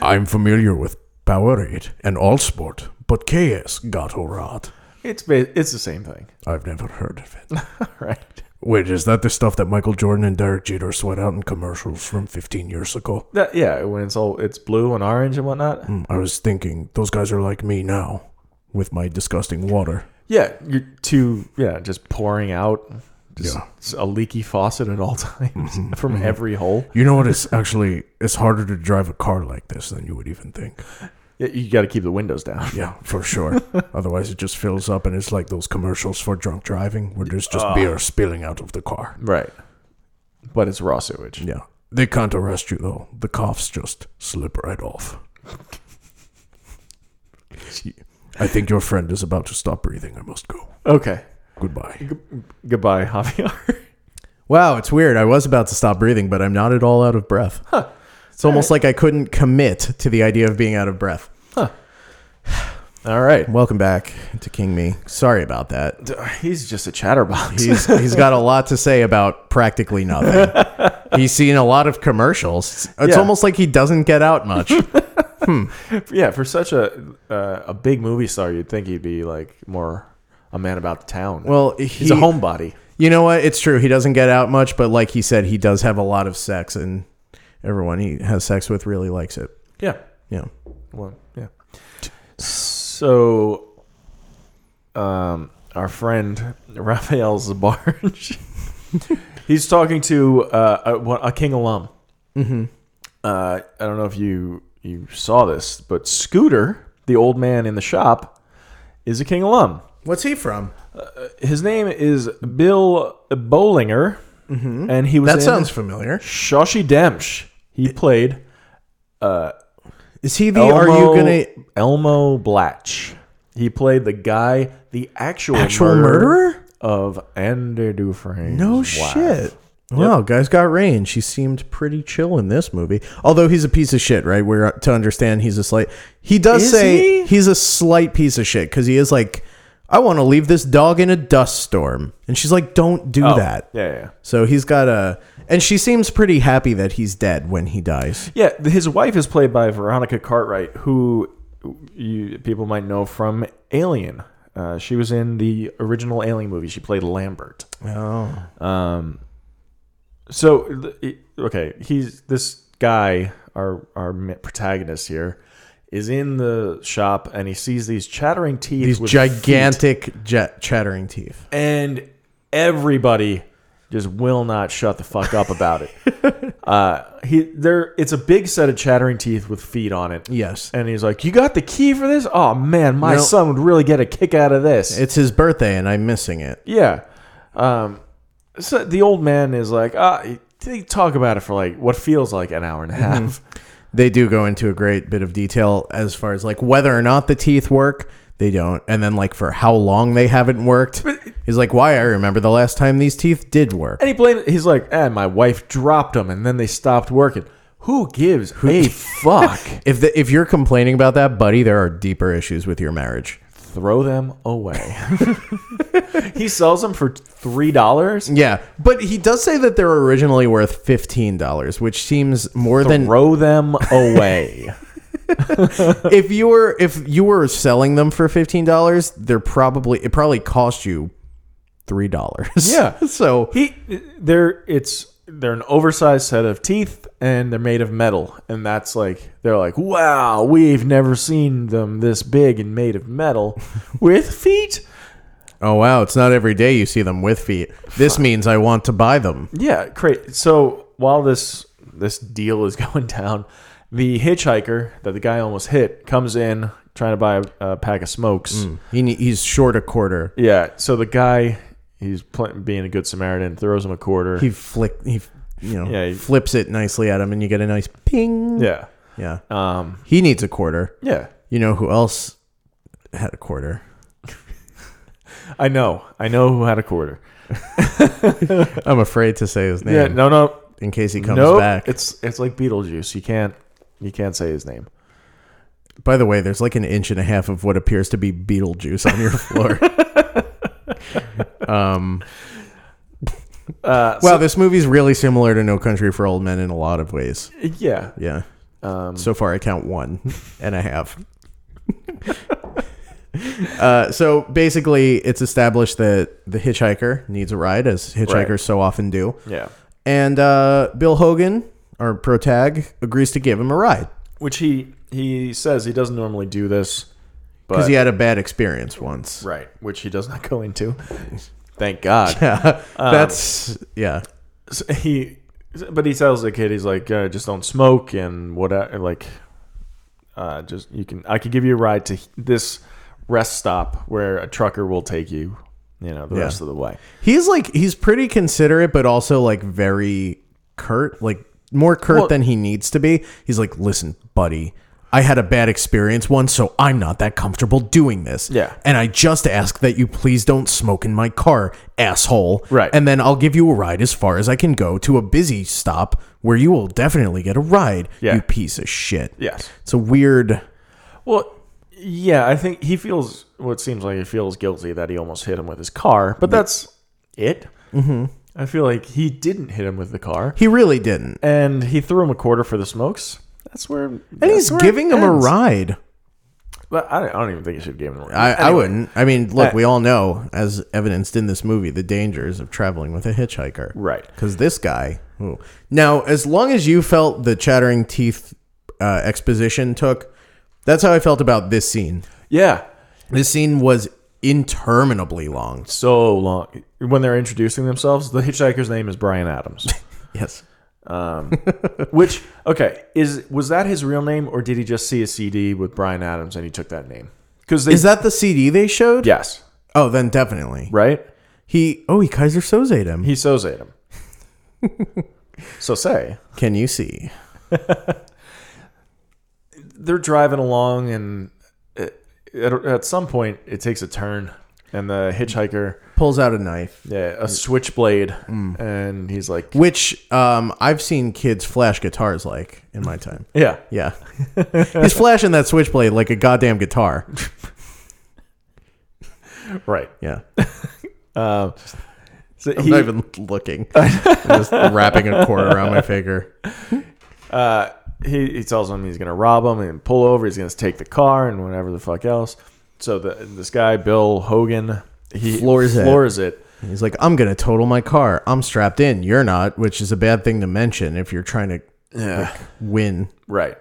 I'm familiar with Powerade and Allsport, but KS Gatorade.
It's ba- it's the same thing.
I've never heard of it.
All right.
Wait, is that the stuff that Michael Jordan and Derek Jeter sweat out in commercials from 15 years ago?
That, yeah. When it's all it's blue and orange and whatnot.
Hmm, I was thinking, those guys are like me now, with my disgusting water.
Yeah. You're too. Yeah. Just pouring out. Just
Yeah.
s- a leaky faucet at all times from every hole.
You know what? It's actually it's harder to drive a car like this than you would even think.
Yeah, You got to keep the windows down.
Yeah, for sure. Otherwise, it just fills up, and it's like those commercials for drunk driving where there's just beer spilling out of the car.
Right. But it's raw sewage.
Yeah, they can't arrest you though. The coughs just slip right off. I think your friend is about to stop breathing. I must go.
Okay.
Goodbye.
Goodbye, Javier.
Wow, it's weird. I was about to stop breathing, but I'm not at all out of breath. It's almost like I couldn't commit to the idea of being out of breath.
All right.
Welcome back to King Me. Sorry about that.
D- He's just a chatterbox.
He's he's got a lot to say about practically nothing. He's seen a lot of commercials. It's
Yeah.
almost like he doesn't get out much.
yeah, for such a uh, a big movie star, you'd think he'd be like more a man about the town.
Well,
he's a
he-
homebody.
You know what? It's true. He doesn't get out much, but like he said, he does have a lot of sex, and everyone he has sex with really likes it.
Yeah.
Yeah.
Well, yeah. So, um, our friend Raphael Zabarge, he's talking to uh, a, one- a King alum. Uh, I don't know if you you saw this, but Scooter, the old man in the shop, is a King alum.
What's he from?
His name is Bill Bollinger, and he was
That
in
sounds familiar.
Shashi Demsh. He played
Is he the?
Elmo,
are you gonna
Elmo Blatch. He played the guy, the actual,
actual murderer?
of Andy Dufresne.
No Oh, shit. Wow, guys got range. He seemed pretty chill in this movie. Although he's a piece of shit, right? We're uh, to understand he's a slight. He does
Is
say
he?
he's a slight piece of shit because he is like, I want to leave this dog in a dust storm, and she's like, don't do that.
Oh, Yeah, yeah,
So he's got a, and she seems pretty happy that he's dead when he dies.
yeah. Yeah, His wife is played by Veronica Cartwright, who you people might know from Alien. Uh, she was in the original Alien movie. She played Lambert.
Oh,
Um, So th- it- okay, he's this guy, our our ma- protagonist here, is in the shop and he sees these chattering teeth.
these
with feet.
gigantic jet chattering teeth.
and everybody just will not shut the fuck up about it. uh, he there, it's a big set of chattering teeth with feet on it.
Yes.
and he's like, "You got the key for this? Oh man, my
No.
son would really get a kick out of this."
It's his birthday, and I'm missing it.
yeah. Um, so the old man is like, "Ah." They talk about it for like what feels like an hour and a half.
they do go into a great bit of detail as far as like whether or not the teeth work they don't and then like for how long they haven't worked he's like why i remember the last time these teeth did work
And he blamed. He's like, "Ah, my wife dropped them, and then they stopped working." Who gives a fuck?
if the, if you're complaining about that buddy there are deeper issues with your marriage
throw them away. he sells them for three dollars.
yeah but he does say that they're originally worth $15 which seems more than
Throw them away.
if you were if you were selling them for $15 they're probably it probably cost you $3
Yeah.
so
he, they're it's they're an oversized set of teeth, and they're made of metal, and that's like they're like, wow, we've never seen them this big and made of metal with feet.
Oh wow, it's not every day you see them with feet. This means I want to buy them.
Yeah, great. So while this this deal is going down, the hitchhiker that the guy almost hit comes in, trying to buy a, a pack of smokes.
He ne- he's short a quarter.
Yeah. So the guy, he's pl- being a good Samaritan, throws him a quarter.
He flick he f- you know
Yeah, he-
flips it nicely at him, and you get a nice ping.
yeah.
Yeah.
Um.
He needs a quarter.
Yeah.
You know who else had a quarter?
I know. I know who had a quarter.
I'm afraid to say his name
Yeah. No. No.
in case he comes
nope.
back.
It's it's like Beetlejuice. You can't you can't say his name.
By the way, there's like an inch and a half of what appears to be Beetlejuice on your floor. um,
Uh,
wow, this movie's really similar to No Country for Old Men in a lot of ways.
so- yeah.
Yeah.
Um,
So far, I count one and a half. uh, so basically, it's established that the hitchhiker needs a ride, as hitchhikers
Right.
so often do.
yeah.
And uh, Bill Hogan, our protag, agrees to give him a ride
Which he he says he doesn't normally do this, but
because he had a bad experience once.
right, which he does not go into. Thank God.
Yeah, that's
Um,
yeah.
So he but he tells the kid he's like uh, just don't smoke and what I- like uh, just you can i could give you a ride to this rest stop where a trucker will take you you know the
Yeah.
rest of the way
He's like he's pretty considerate, but also like very curt, like more curt
Well-
than he needs to be. He's like, "Listen, buddy, I had a bad experience once, so I'm not that comfortable doing this.
Yeah.
and I just ask that you please don't smoke in my car, asshole.
Right.
and then I'll give you a ride as far as I can go to a busy stop where you will definitely get a ride.
Yeah.
you piece of shit.
yes
it's a weird.
well yeah i think he feels what seems like he feels guilty that he almost hit him with his car but that's it mm-hmm. i feel like he didn't hit him with the car
He really didn't,
and he threw him a quarter for the smokes that's where
and he's giving him a ride.
But I don't, I don't even think he should give him a ride.
I, I
Anyway.
wouldn't. I mean, look,
Uh,
we all know, as evidenced in this movie, the dangers of traveling with a hitchhiker.
Right.
Because this guy. ooh. Now, as long as you felt the chattering teeth uh, exposition took, that's how I felt about this scene.
Yeah.
This scene was interminably long.
so long when they're introducing themselves the hitchhiker's name is brian adams
Yes.
which okay is was that his real name or did he just see a cd with brian adams and he took that name because
Is that the CD they showed?
yes
Oh, then definitely.
right
He. Oh, he Kaiser Soze him.
he so's at him so say
Can you see?
they're driving along and it, at, at some point it takes a turn and the hitchhiker
Pulls out a knife.
yeah, a switchblade
Mm.
and he's like
Which um, I've seen kids flash guitars like in my time.
yeah
Yeah. He's flashing that switchblade like a goddamn guitar.
right
Yeah.
um, so
I'm
he-
not even looking. I'm just wrapping a cord around my finger.
uh, he, he tells him he's going to rob him and pull over. He's going to take the car and whatever the fuck else. So the, this guy, Bill Hogan, he
Floors it.
floors it.
He's like, I'm going to total my car. I'm strapped in. You're not, which is a bad thing to mention if you're trying to
Yeah.
win.
Right.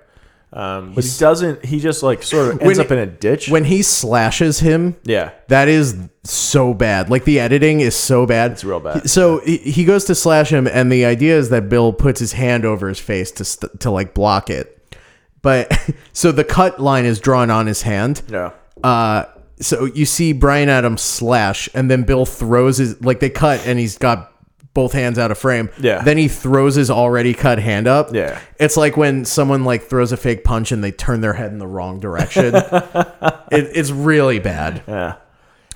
Um, but he doesn't, he just like sort of
When
ends
he-
up in a ditch.
When he slashes him,
yeah.
that is so bad. Like the editing is so bad. It's
real bad.
So he, he goes to slash him, and the idea is that Bill puts his hand over his face to st- to like block it. But so the cut line is drawn on his hand.
Yeah.
Uh, so you see Brian Adams slash, and then Bill throws his like they cut, and he's got both hands out of frame.
Yeah.
Then he throws his already cut hand up.
Yeah.
It's like when someone like throws a fake punch and they turn their head in the wrong direction. it, it's really bad.
Yeah.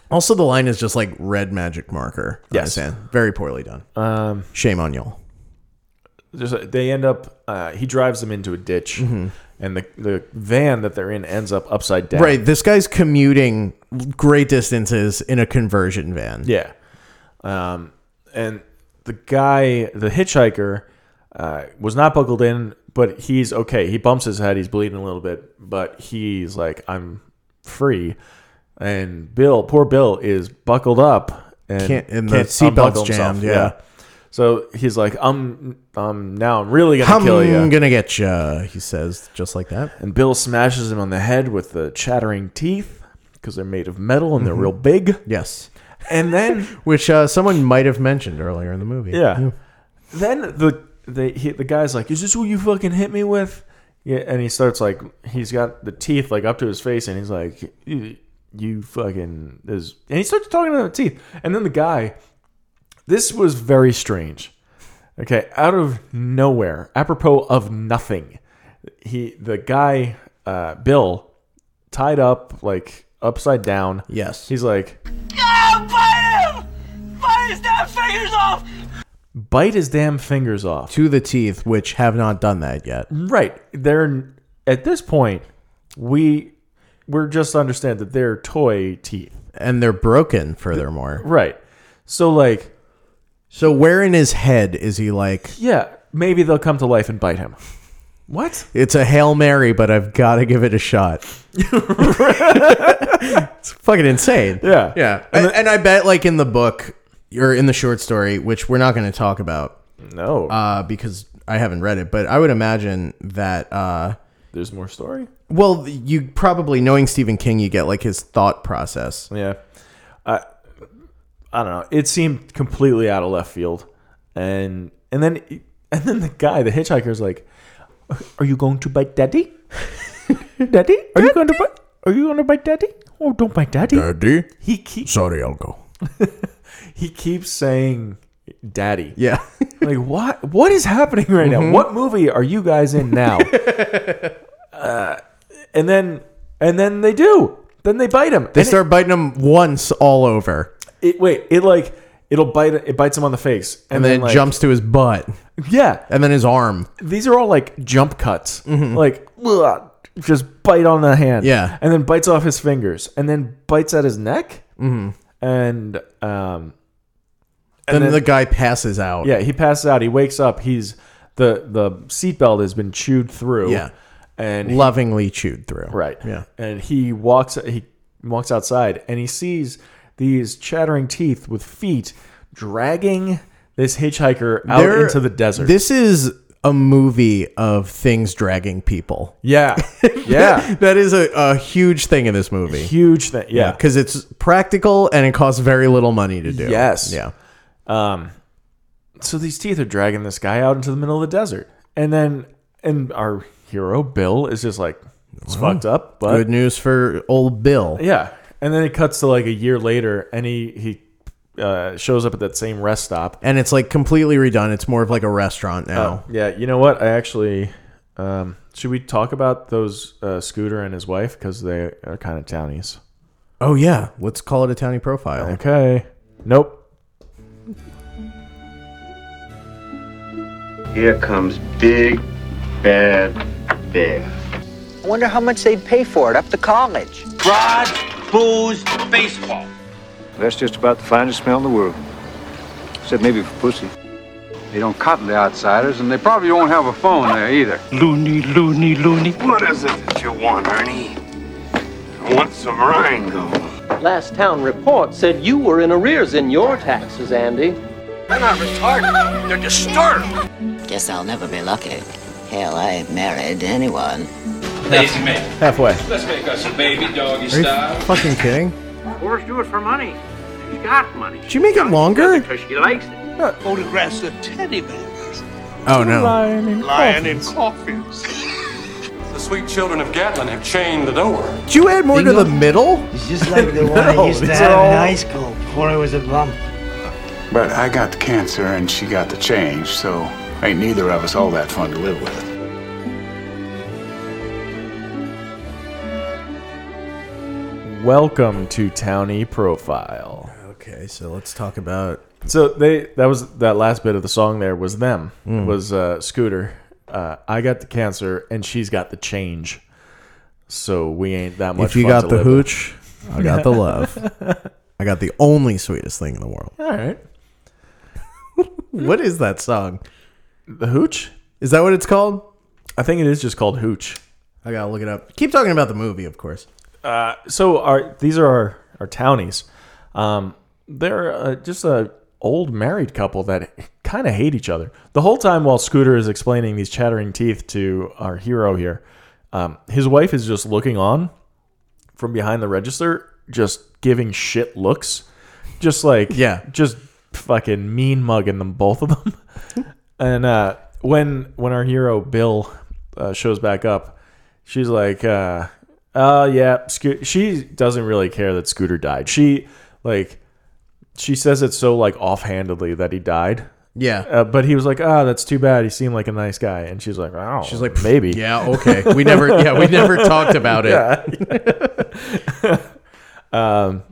Also, the line is just like red magic marker. on
Yes.
his hand. Very poorly done.
Um,
Shame on y'all.
just, they end up, uh, he drives them into a ditch. And the, the van that they're in ends up upside down.
Mm-hmm. Right. This guy's commuting great distances in a conversion van.
Yeah. Um, and the guy, the hitchhiker, uh, was not buckled in, but he's okay. He bumps his head. He's bleeding a little bit, but he's like, I'm free. And Bill, poor Bill, is buckled up and,
Can't- and the
unbuckle
seatbelt's
himself.
jammed, yeah.
So he's like, I'm, um, now I'm really gonna
I'm
kill you.
gonna get ya, he says, just like that.
and Bill smashes him on the head with the chattering teeth because they're made of metal
Mm-hmm.
and they're real big.
Yes.
And then
Which uh, someone might have mentioned earlier in the movie.
Yeah. Then the the he, the guy's like, "Is this what you fucking hit me with?" Yeah, and he starts like he's got the teeth like up to his face, and he's like, "You, you fucking this," and he starts talking about the teeth. And then the guy, this was very strange. Okay, out of nowhere, apropos of nothing, he the guy, uh, Bill, tied up like upside down.
Yes.
he's like,
Ah, bite him! Bite his damn fingers off!
bite his damn fingers off.
to the teeth, which have not done that yet.
Right. They're at this point, we we're just to understand that they're toy teeth.
And they're broken, furthermore.
Right. So like,
So, where in his head is he like,
yeah, maybe they'll come to life and bite him. What?
it's a Hail Mary, but I've got to give it a shot? it's fucking insane.
Yeah.
Yeah. And, and I bet, like, in the book or in the short story, which we're not going to talk about
No.
uh, because I haven't read it, but I would imagine that. Uh,
There's more story.
well, you probably knowing Stephen King, you get like his thought process.
Yeah. I I don't know. It seemed completely out of left field. And and then and then the guy, the hitchhiker's like, "Are you going to bite daddy? daddy? Are you going to bite Are you going to bite daddy? Oh, don't bite daddy."
Daddy?
He keeps
Sorry, I'll go.
he keeps saying daddy
Yeah. Mm-hmm.
like what what is happening right now what movie are you guys in now uh, and then and then they do then they bite him
they
And it-
start biting him once all over
it, wait it like it'll bite it bites him on the face and,
and, then, it
like,
jumps to his butt
yeah
and then his arm.
these are all like jump cuts like ugh, just bite on the
Mm-hmm.
hand
Yeah.
and then bites off his fingers and then bites at his neck
Mm-hmm.
and um
Then,
then-
the guy passes out.
Yeah, he passes out. He wakes up. He's the the seatbelt has been chewed through.
Yeah.
and he-
Lovingly chewed through.
right.
Yeah.
and he walks. He walks outside and he sees these chattering teeth with feet dragging this hitchhiker out
There-
into the desert.
This is a movie of things dragging people.
yeah, yeah,
That is a, a huge thing in this movie.
huge thing. Yeah.
Because it's practical and it costs very little money to do.
Yes.
Yeah.
Um, so these teeth are dragging this guy out into the middle of the desert, and then and our hero Bill is just like. It's fucked up, but
Good news for old Bill.
Uh, Yeah, and then it cuts to like a year later, and he he uh, shows up at that same rest stop.
And it's like completely redone. It's more of like a restaurant now.
Yeah, you know what? I actually um, should we talk about those uh, Scooter and his wife because they are kind of townies.
Oh, yeah. Let's call it a townie profile.
Okay. Nope.
Here comes Big Bad Bear.
I wonder how much they'd pay for it up to college.
Broad, booze, baseball.
That's just about the finest smell in the world. Except maybe for pussy. They don't cotton to outsiders, and they probably won't have a phone there either.
Loony, loony, loony. What is it that you want, Ernie? I want some Rhino.
Last town report said you were in arrears in your taxes, Andy.
Guess I'll never be lucky. Hell, I ain't married anyone.
Lazy man,
Halfway.
let's make us a baby doggy
Are you fucking kidding?
Whores do it for money. She's got money.
Did you make it longer? Uh,
Because she likes it.
Photographs of teddy bears.
Oh, no.
Lion in coffins.
The sweet children of Gatlin have chained the door.
Did you add more to the middle?
It's just like the one I used to have in high school before I was a bum.
But I got the cancer and she got the change, so ain't neither of us all that fun to live with.
Welcome to Townie Profile.
Okay, so let's talk about.
So they that was that last bit of the song there was them It was uh, Scooter. Uh, I got the cancer and she's got the change. So we ain't that much.
If you
fun
got
to
the
live with.
hooch, I got the love. I got the only sweetest thing in the world.
all right.
What is that song?
The hooch?
Is that what it's called?
I think it is just called hooch.
I gotta look it up. Keep talking about the movie, of course.
So our these are our, our townies. Um, they're uh, just a old married couple that kind of hate each other. The whole time while Scooter is explaining these chattering teeth to our hero here, um, his wife is just looking on from behind the register, just giving shit looks, just like
Yeah.
just fucking mean mugging them both of them. and uh, when when our hero Bill uh, shows back up, she's like, uh, "Oh yeah, Sco-. she doesn't really care that Scooter died. She like, she says it so like offhandedly that he died."
Yeah.
uh, but he was like, "Ah, that's too bad. He seemed like a nice guy." And she's like, "Wow." She's like, "Maybe."
yeah, okay. We never- yeah, we never talked about it.
Yeah. um,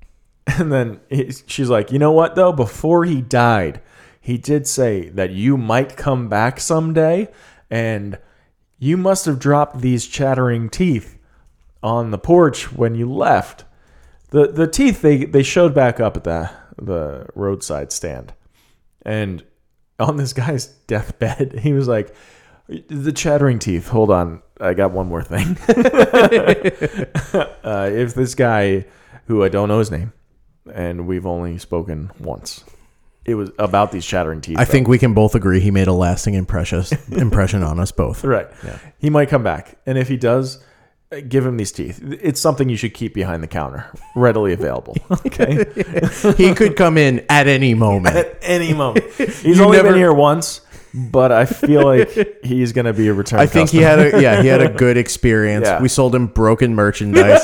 and then he, she's like, "You know what though? Before he died, he did say that you might come back someday, and you must have dropped these chattering teeth on the porch when you left. the The teeth they they showed back up at the the roadside stand, and on this guy's deathbed, he was like." The chattering teeth. Hold on, I got one more thing. uh, if this guy, who I don't know his name, and we've only spoken once, it was about these chattering teeth.
I think we can both agree he made a lasting impression impression on us both.
right.
Yeah.
He might come back, and if he does, uh, give him these teeth. It's something you should keep behind the counter, readily available. Okay.
he could come in at any moment.
At any moment. He's
You
only
never-
been here once, but I feel like he's gonna be a return.
I think he had
customer.
a yeah, he had a good experience.
Yeah.
We sold him broken merchandise.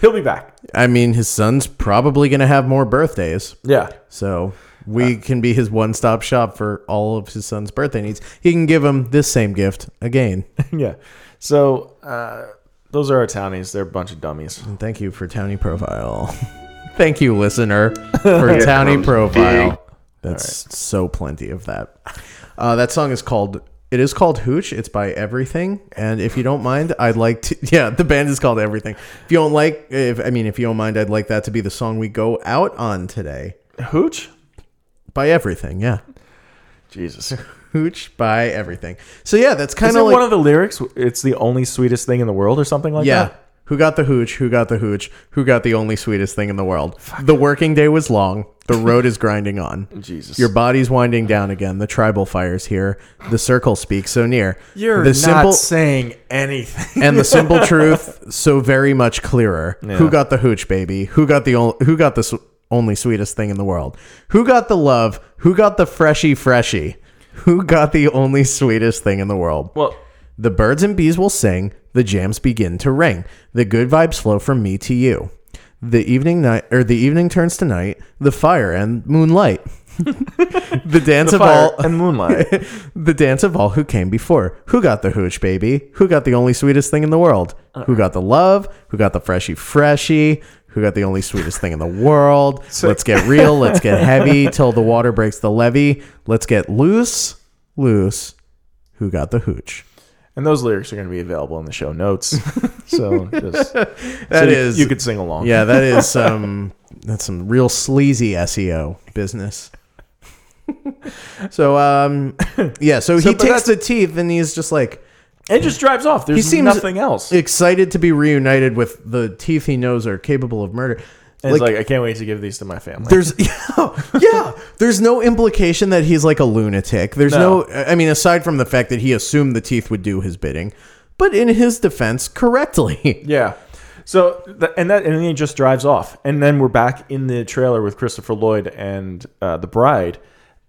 He'll be back.
I mean, his son's probably going to have more birthdays.
Yeah.
So
Uh.
we can be his one stop shop for all of his son's birthday needs. He can give him this same gift again.
yeah. So uh, those are our townies. They're a bunch of dummies.
And thank you for Townie Profile. thank you, listener, for
Here
Townie
comes big-
Profile. That's so plenty of that. Uh, that song is called. It is called Hooch. It's by Everything, and if you don't mind, I'd like to. Yeah, the band is called Everything. If you don't like, if I mean, if you don't mind, I'd like that to be the song we go out on today.
Hooch
by Everything. Yeah,
Jesus.
Hooch by Everything. So yeah, that's kind
Isn't
of like
one of the lyrics. It's the only sweetest thing in the world, or something like
yeah.
that.
Who got the hooch? Who got the hooch? Who got the only sweetest thing in the world? The working day was long. The road is grinding on.
Jesus.
Your body's winding down again. The tribal fire's here. The circle speaks so near.
You're
the
not saying anything.
and the simple truth so very much clearer.
Yeah.
Who got the hooch, baby? Who got the ol- who got the s- only sweetest thing in the world? Who got the love? Who got the freshy freshy? Who got the only sweetest thing in the world?
Well,
the birds and bees will sing. The jams begin to ring. The good vibes flow from me to you. The evening night or the evening turns to night. The fire and moonlight. the dance
The
of
fire
all
and moonlight.
the dance of all who came before. Who got the hooch, baby? Who got the only sweetest thing in the world?
Uh-uh.
Who got the love? Who got the freshy freshy? Who got the only sweetest thing in the world? let's get real. Let's get heavy till the water breaks the levee. Let's get loose, loose. Who got the hooch?
And those lyrics are going to be available in the show notes. so just that is
That is,
you, you could sing along.
Yeah, that is some that's some real sleazy SEO business. so um yeah, so,
So,
he
but
takes
that's-
the teeth and he's just like
it just drives off. There's
he seems
nothing else.
Excited to be reunited with the teeth he knows are capable of murder.
And it's like I can't wait to give these to my family.
there's yeah, yeah, there's no implication that he's like a lunatic. There's
No.
no. I mean aside from the fact that he assumed the teeth would do his bidding, but in his defense correctly.
Yeah. So th- and that and then he just drives off, and then we're back in the trailer with Christopher Lloyd and uh, the bride,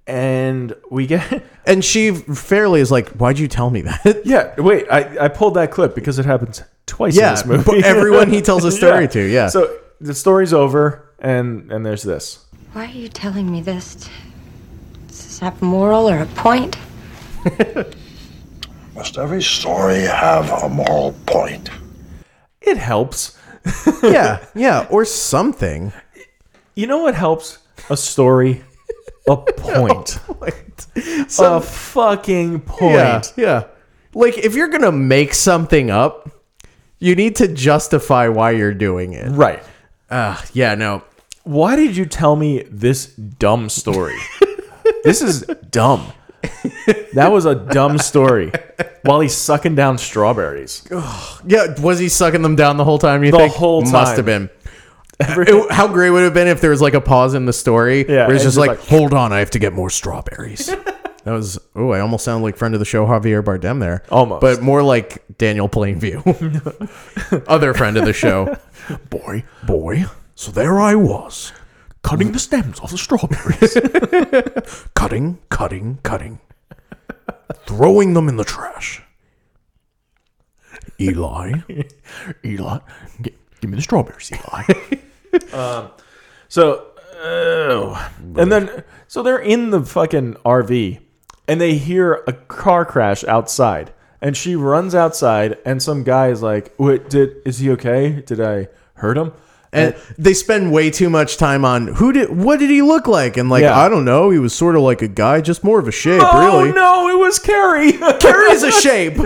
and we get
And she fairly is like, "Why'd you tell me that?"
yeah. Wait, I I pulled that clip because it happens twice
Yeah,
in this movie.
but everyone he tells a story to, yeah.
So the story's over, and and there's this.
Why are you telling me this? Does this have moral or a point?
Must every story have a moral point?
It helps.
yeah, yeah, or something.
You know what helps? A story, a point, a
Some-
fucking point.
Yeah, yeah. Like if you're gonna make something up, you need to justify why you're doing it.
Right.
Uh, yeah. No.
Why did you tell me this dumb story? this is dumb. That was a dumb story. While he's sucking down strawberries,
Yeah. Was he sucking them down the whole time? You
The
think
whole
must
time.
have been. It- how great would it have been if there was like a pause in the story
Yeah,
where it's
and
just
just
like,
like-
hold on, I have to get more strawberries. that was oh, I almost sound like friend of the show Javier Bardem there,
Almost.
but more like Daniel Plainview, other friend of the show.
Boy, boy. So there I was, cutting the stems off the strawberries. cutting, cutting, cutting. throwing them in the trash. Eli,
Eli,
gi- give me the strawberries, Eli.
um, so, oh. and then so they're in the fucking RV, and they hear a car crash outside, and she runs outside, and some guy is like, "Wait, did is he okay? Did I hurt him?"
And they spend way too much time on who did what did he look like and like
Yeah.
I don't know he was sort of like a guy just more of a shape
oh
really
no, it was Carrie.
Carrie's a shape.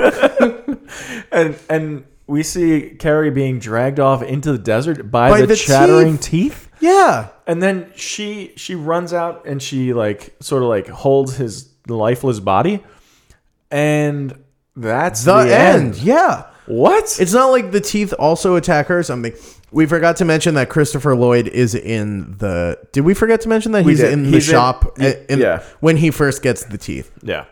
and and we see Carrie being dragged off into the desert by,
By
the,
the
chattering teeth.
yeah
And then she she runs out and she like sort of like holds his lifeless body, and that's
the,
the,
end. Yeah.
What?
It's not like the teeth also attack her or something. We forgot to mention that Christopher Lloyd is in the. Did we forget to mention that
We
he's
did.
in the
He's in-
shop Uh,
y-
in-
yeah.
when he first gets the teeth?
Yeah.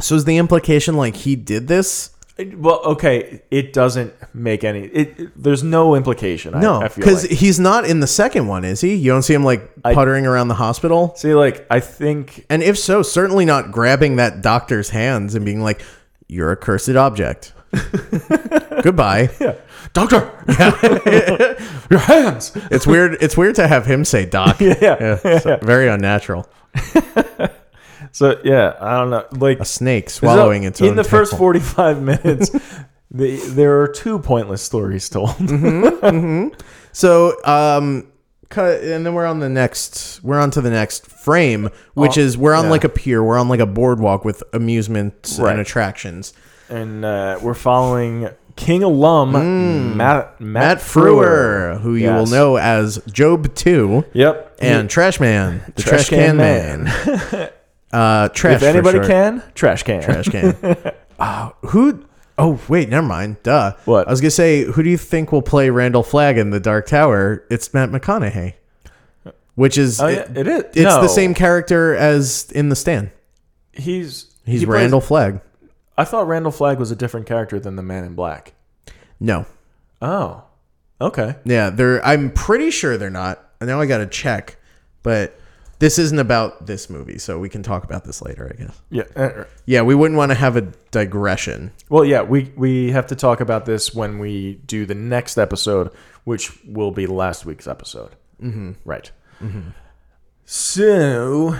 So is the implication like he did this?
It- well, okay, it doesn't make any. It, it- there's no implication.
no,
I, I feel
because
like.
he's not in the second one, is he? You don't see him like puttering around the hospital.
See, like I think,
and if so, certainly not grabbing that doctor's hands and being like, "You're a cursed object." Goodbye,
doctor.
Your
hands.
It's weird. It's weird to have him say doc.
Yeah, yeah,
so- very unnatural.
So yeah, I don't know. Like a
snake swallowing its
in
own
the first
tail.
forty-five minutes, the, there are two pointless stories told.
Mm. mm-hmm. So, um, cut, and then we're on the next. We're on to the next frame, which
Oh,
is we're on
yeah.
like a pier. We're on like a boardwalk with amusements
Right.
and attractions.
and uh, we're following King alum
Mm.
Matt, Matt
Matt Frewer, who you will
Yes.
know as Job Two.
Yep.
And Trash Man, the Trash, Can, Man. uh, trash.
if
for
anybody
short.
can, Oh, trash can,
Trash Can. uh, who? Oh wait, never mind. Duh. What I was gonna say, who do you think will play Randall Flagg in the Dark Tower? It's Matt McConaughey, which is
Oh, yeah, it is.
It's
No.
the same character as in The Stand.
He's
He's
he plays-
Randall Flagg.
I thought Randall Flagg was a different character than the Man in Black.
No,
Oh, okay.
yeah, they're. I'm pretty sure they're not. And now I got to check, but this isn't about this movie, so we can talk about this later, I guess.
Yeah. uh,
Yeah, we wouldn't want to have a digression.
Well, yeah, we we have to talk about this when we do the next episode, which will be last week's episode.
Mhm.
Right. So,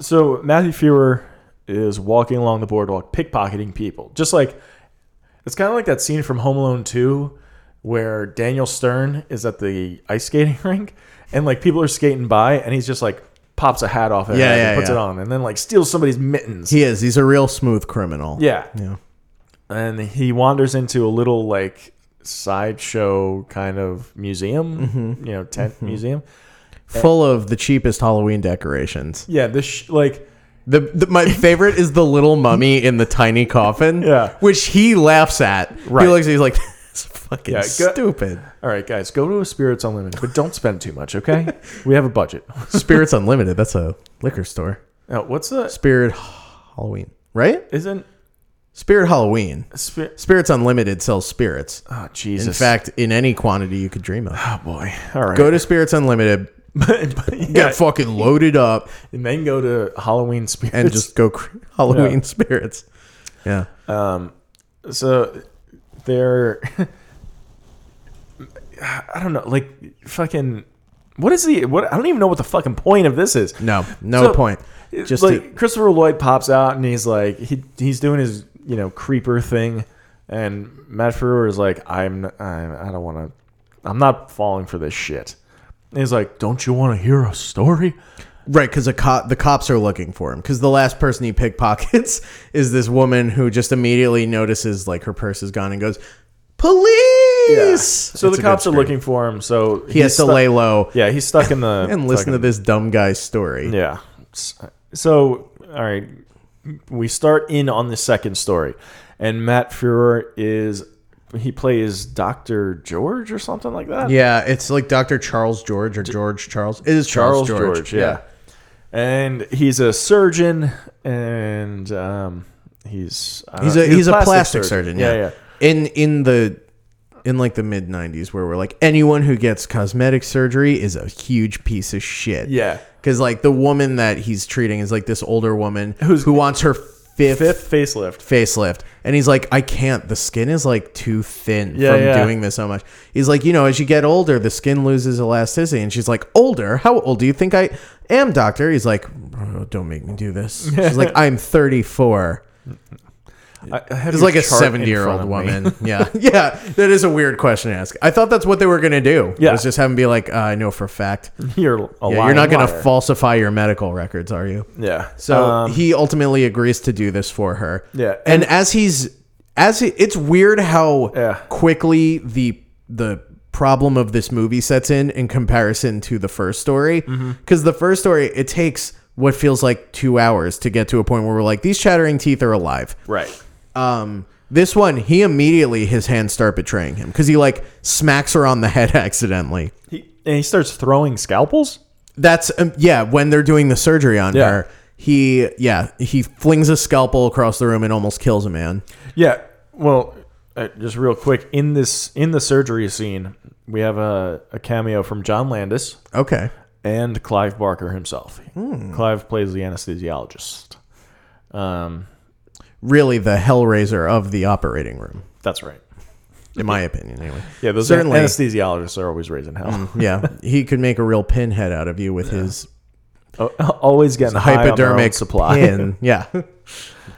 so Matthew Fuhrer is walking along the boardwalk, pickpocketing people, just like it's kind of like that scene from Home Alone Two, where Daniel Stern is at the ice skating rink, and like people are skating by, and he's just like pops a hat off their
Yeah,
head
yeah,
and puts
yeah.
it on, and then like steals somebody's mittens.
He is. He's a real smooth criminal.
Yeah.
Yeah.
And he wanders into a little like sideshow kind of museum,
Mhm.
you know, tent
Mhm.
museum.
Full of the cheapest Halloween decorations.
Yeah, this sh- like
The, the my favorite is the little mummy in the tiny coffin.
Yeah.
Which he laughs at.
Right.
He looks he's like, that's fucking
yeah, go-
stupid.
All right, guys, go to a Spirits Unlimited, but don't spend too much, okay? we have a budget.
Spirits Unlimited, that's a liquor store.
Now, what's the
Spirit Halloween. Right?
isn't
Spirit Halloween.
Spir-
Spirits Unlimited sells spirits.
Oh, Jesus.
In fact, in any quantity you could dream of.
Oh boy. All right.
Go to Spirits Unlimited.
Yeah.
Get fucking loaded up
and then go to Halloween Spirits
and just go cr- Halloween spirits. Yeah.
Um, so they're, I don't know, like fucking, what is the what? I don't even know what the fucking point of this is.
No, no
So,
point.
it's
Just
like
to-
Christopher Lloyd pops out and he's like, he he's doing his you know creeper thing, and Matt Frewer is like, I'm I, I don't want to, I'm not falling for this shit. And he's like, don't you want to hear a story?
Right, because co- the cops are looking for him. Because the last person he pickpockets is this woman who just immediately notices like her purse is gone and goes, "Police!"
So
It's a
the
good
cops are
scream.
looking for him. So
He has
he's
to
stu-
lay low.
Yeah, he's stuck in the
and listen to
fucking-
this dumb guy's story.
Yeah. So, all right, we start in on the second story, and Matt Fuhrer is he plays Doctor George or something like that.
Yeah, it's like Doctor Charles George or George Charles. It is Charles, George.
yeah. And he's a surgeon, and um, he's I don't
he's
know,
a he's, a plastic surgeon. yeah.
yeah.
In in the in like the mid '90s, where we're like anyone who gets cosmetic surgery is a huge piece of shit.
Yeah.
because like the woman that he's treating is like this older woman who wants her fifth,
Fifth facelift.
facelift. And he's like, I can't. The skin is like too thin
Yeah,
from
yeah.
doing this so much. He's like, you know, as you get older, the skin loses elasticity. And she's like, older? How old do you think I am, doctor? He's like, "Oh, don't make me do this. She's like, I'm 34.
I, I have
It's
your
like a
chart in
70 year old
front of me.
woman. yeah. Yeah. That is a weird question to ask. I thought that's what they were going to do.
Yeah. Mm-hmm.
Was just have him be like, uh, I know for a fact.
You're a
yeah, You're not
lying
going to
liar.
falsify your medical records, are you?
Yeah.
So
Um,
he ultimately agrees to do this for her.
Yeah,
And, as he's as he, it's weird how quickly the the problem of this movie sets in in comparison to the first story
Mhm.
because the first story it takes what feels like 2 hours to get to a point where we're like these chattering teeth are alive.
Right.
Um this one he immediately his hands start betraying him cuz he like smacks her on the head accidentally.
And he starts throwing scalpels?
That's um, yeah. When they're doing the surgery on
Yeah.
her, he yeah he flings a scalpel across the room and almost kills a man.
Yeah. Well, uh, just real quick in this in the surgery scene, we have a, a cameo from John Landis.
Okay.
And Clive Barker himself.
Hmm.
Clive plays the anesthesiologist. Um,
Really, the Hellraiser of the operating room,
that's right.
in my opinion. Anyway,
Yeah, those
certainly.
anesthesiologists are always raising hell.
Mm, yeah, he could make a real pinhead out of you with his
always getting
his
high on their own
hypodermic
supply.
pin. Yeah,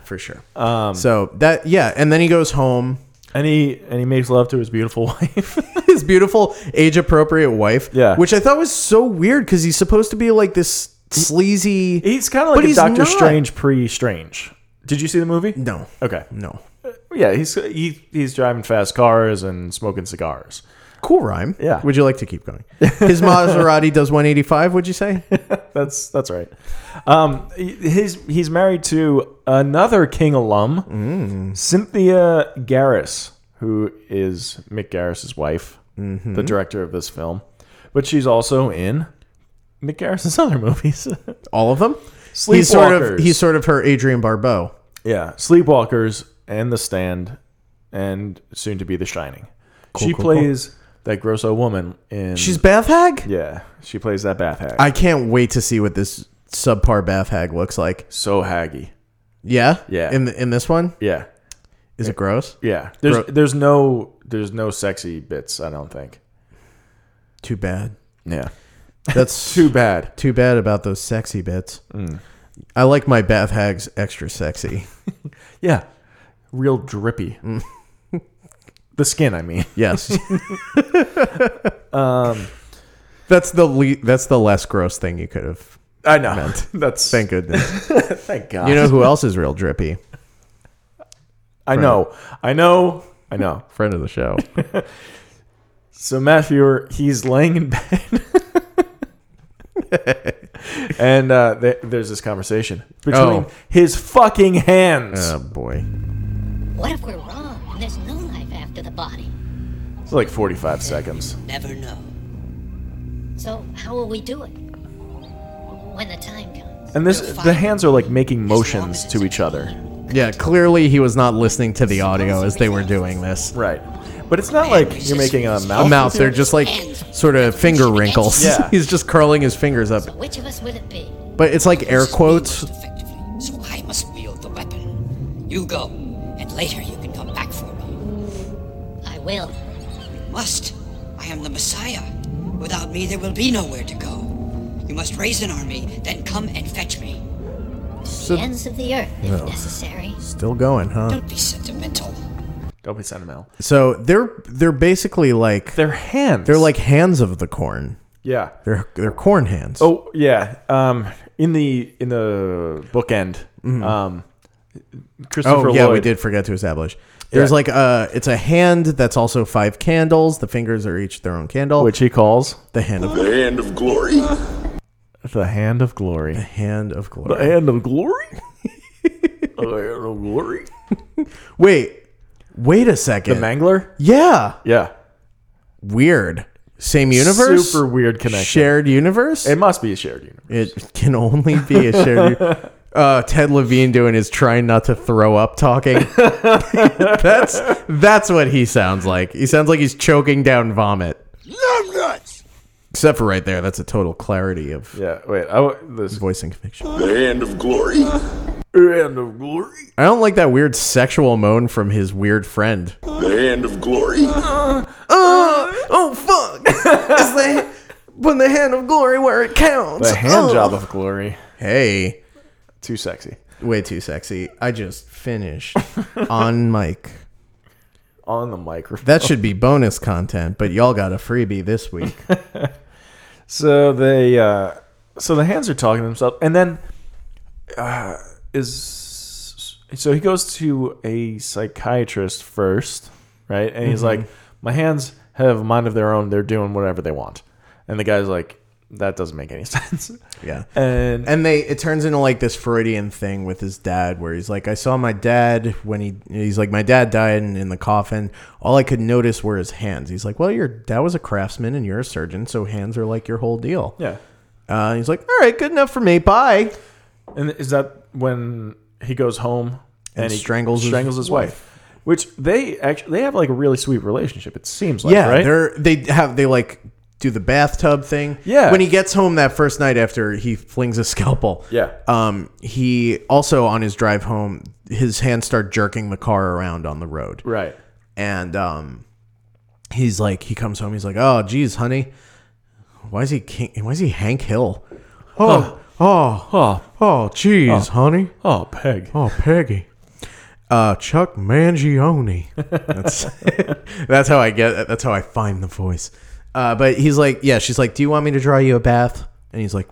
for sure.
Um,
so that yeah, and then he goes home
and he and he makes love to his beautiful wife,
his beautiful age appropriate wife.
Yeah.
which I thought was so weird because he's supposed to be like this sleazy.
He's kind of like a Doctor Strange pre Strange. Did you see the movie?
No.
Okay.
No.
Yeah, he's he, he's driving fast cars and smoking cigars.
Cool rhyme.
Yeah.
Would you like to keep going? His Maserati does 185. Would you say?
That's that's right. Um, his he's married to another King alum,
Mm.
Cynthia Garris, who is Mick Garris's wife,
Mhm.
the director of this film, but she's also in Mick Garris's other movies.
All of them.
Sleepwalkers.
He's sort of he's sort of her Adrian Barbeau.
yeah, Sleepwalkers and The Stand, and soon to be The Shining.
Cool,
she
cool, cool.
plays that gross old woman in.
She's bath hag.
yeah, she plays that bath hag.
I can't wait to see what this subpar bath hag looks like.
so haggy.
Yeah.
Yeah.
In in this one,
Yeah.
is it gross?
Yeah, there's
Gro-
there's no there's no sexy bits. I don't think.
Too bad.
Yeah,
That's
too bad. Mm.
Too bad about those sexy bits. I like my bath hags extra sexy.
Yeah, Mm. real drippy. the skin, I mean.
Yes.
Um,
that's the le- that's the less gross thing you could have.
I know.
meant.
That's
Thank goodness.
thank God.
You know who else is real drippy?
I know. I know. I know.
Friend of the show.
So Matt Fewer, he's laying in bed. and uh, th- there's this conversation between
Oh.
his fucking hands.
Oh boy.
What if we're wrong and there's no life after the body?
It's like 45 seconds.
Never know. So how will we do it? When the time comes.
And this the hands are like making motions to each other.
Yeah, clearly he was not listening to the audio as they were doing this.
Right. But it's not like you're making a mouth.
A mouth. They're just like sort of finger wrinkles.
Yeah.
He's just curling his fingers up.
Which of us will it be?
But it's like air quotes.
So I must wield the weapon. You go, and later you can come back for me.
I will.
You must. I am the Messiah. Without me, there will be nowhere to go. You must raise an army, then come and fetch me.
So-
Ends of the earth, if
Ugh.
necessary.
Still going, huh?
Don't be sentimental.
Don't be sentimental.
So they're they're basically like
they're hands.
They're like hands of the corn.
Yeah.
They're they're corn hands.
Oh yeah. Um, in the in the bookend, um, Christopher
oh yeah, we
Lloyd-
did forget to establish. There's
Yeah.
like a it's a hand that's also five candles. The fingers are each their own candle,
which he calls
the hand of
The hand of glory.
the hand of glory. The
hand of glory.
The hand of glory. the hand of glory.
Wait, wait a second.
The Mangler.
Yeah,
Yeah.
weird. Same universe.
Super weird connection.
Shared universe.
It must be a shared universe.
It can only be a shared. u- Uh, Ted Levine doing his trying not to throw up talking. that's that's what he sounds like. He sounds like he's choking down vomit.
nuts.
Except for right there, that's a total clarity of
Yeah. Wait. I w- this
voicing conviction.
The hand of glory. Hand of glory.
I don't like that weird sexual moan from his weird friend. Uh,
The hand of glory.
oh fuck! Is the put the hand of glory where it counts?
The hand
Oh.
job of glory.
Hey,
too sexy.
way too sexy. I just finished on mic.
On the microphone.
That should be bonus content, but y'all got a freebie this week.
So they, uh, so the hands are talking to themselves, and then uh, is so he goes to a psychiatrist first, right? And he's
Mhm.
like, "My hands have a mind of their own; they're doing whatever they want." And the guy's like, "That doesn't make any sense."
Yeah.
And
and they it turns into like this Freudian thing with his dad where he's like I saw my dad when he he's like my dad died in, in the coffin all I could notice were his hands. He's like, "Well, your dad was a craftsman and you're a surgeon, so hands are like your whole deal."
Yeah.
Uh, and he's like, "All right, good enough for me. Bye."
And is that when he goes home
And
he
strangles his
strangles his, wife? Which they actually they have like a really sweet relationship. It seems like
yeah,
right.
they're they have they like do the bathtub thing.
Yeah.
When he gets home that first night after he flings a scalpel.
Yeah.
Um he also on his drive home his hands start jerking the car around on the road.
Right.
And um he's like he comes home he's like, "Oh, geez, honey. Why is he King, why is he Hank Hill?"
Oh,
oh,
oh,
oh, jeez,
Oh.
honey.
Oh, Peg.
Oh, Peggy.
Uh, Chuck Mangione. That's that's how I get. That's how I find the voice. Uh, but he's like, yeah. She's like, do you want me to draw you a bath? And he's like,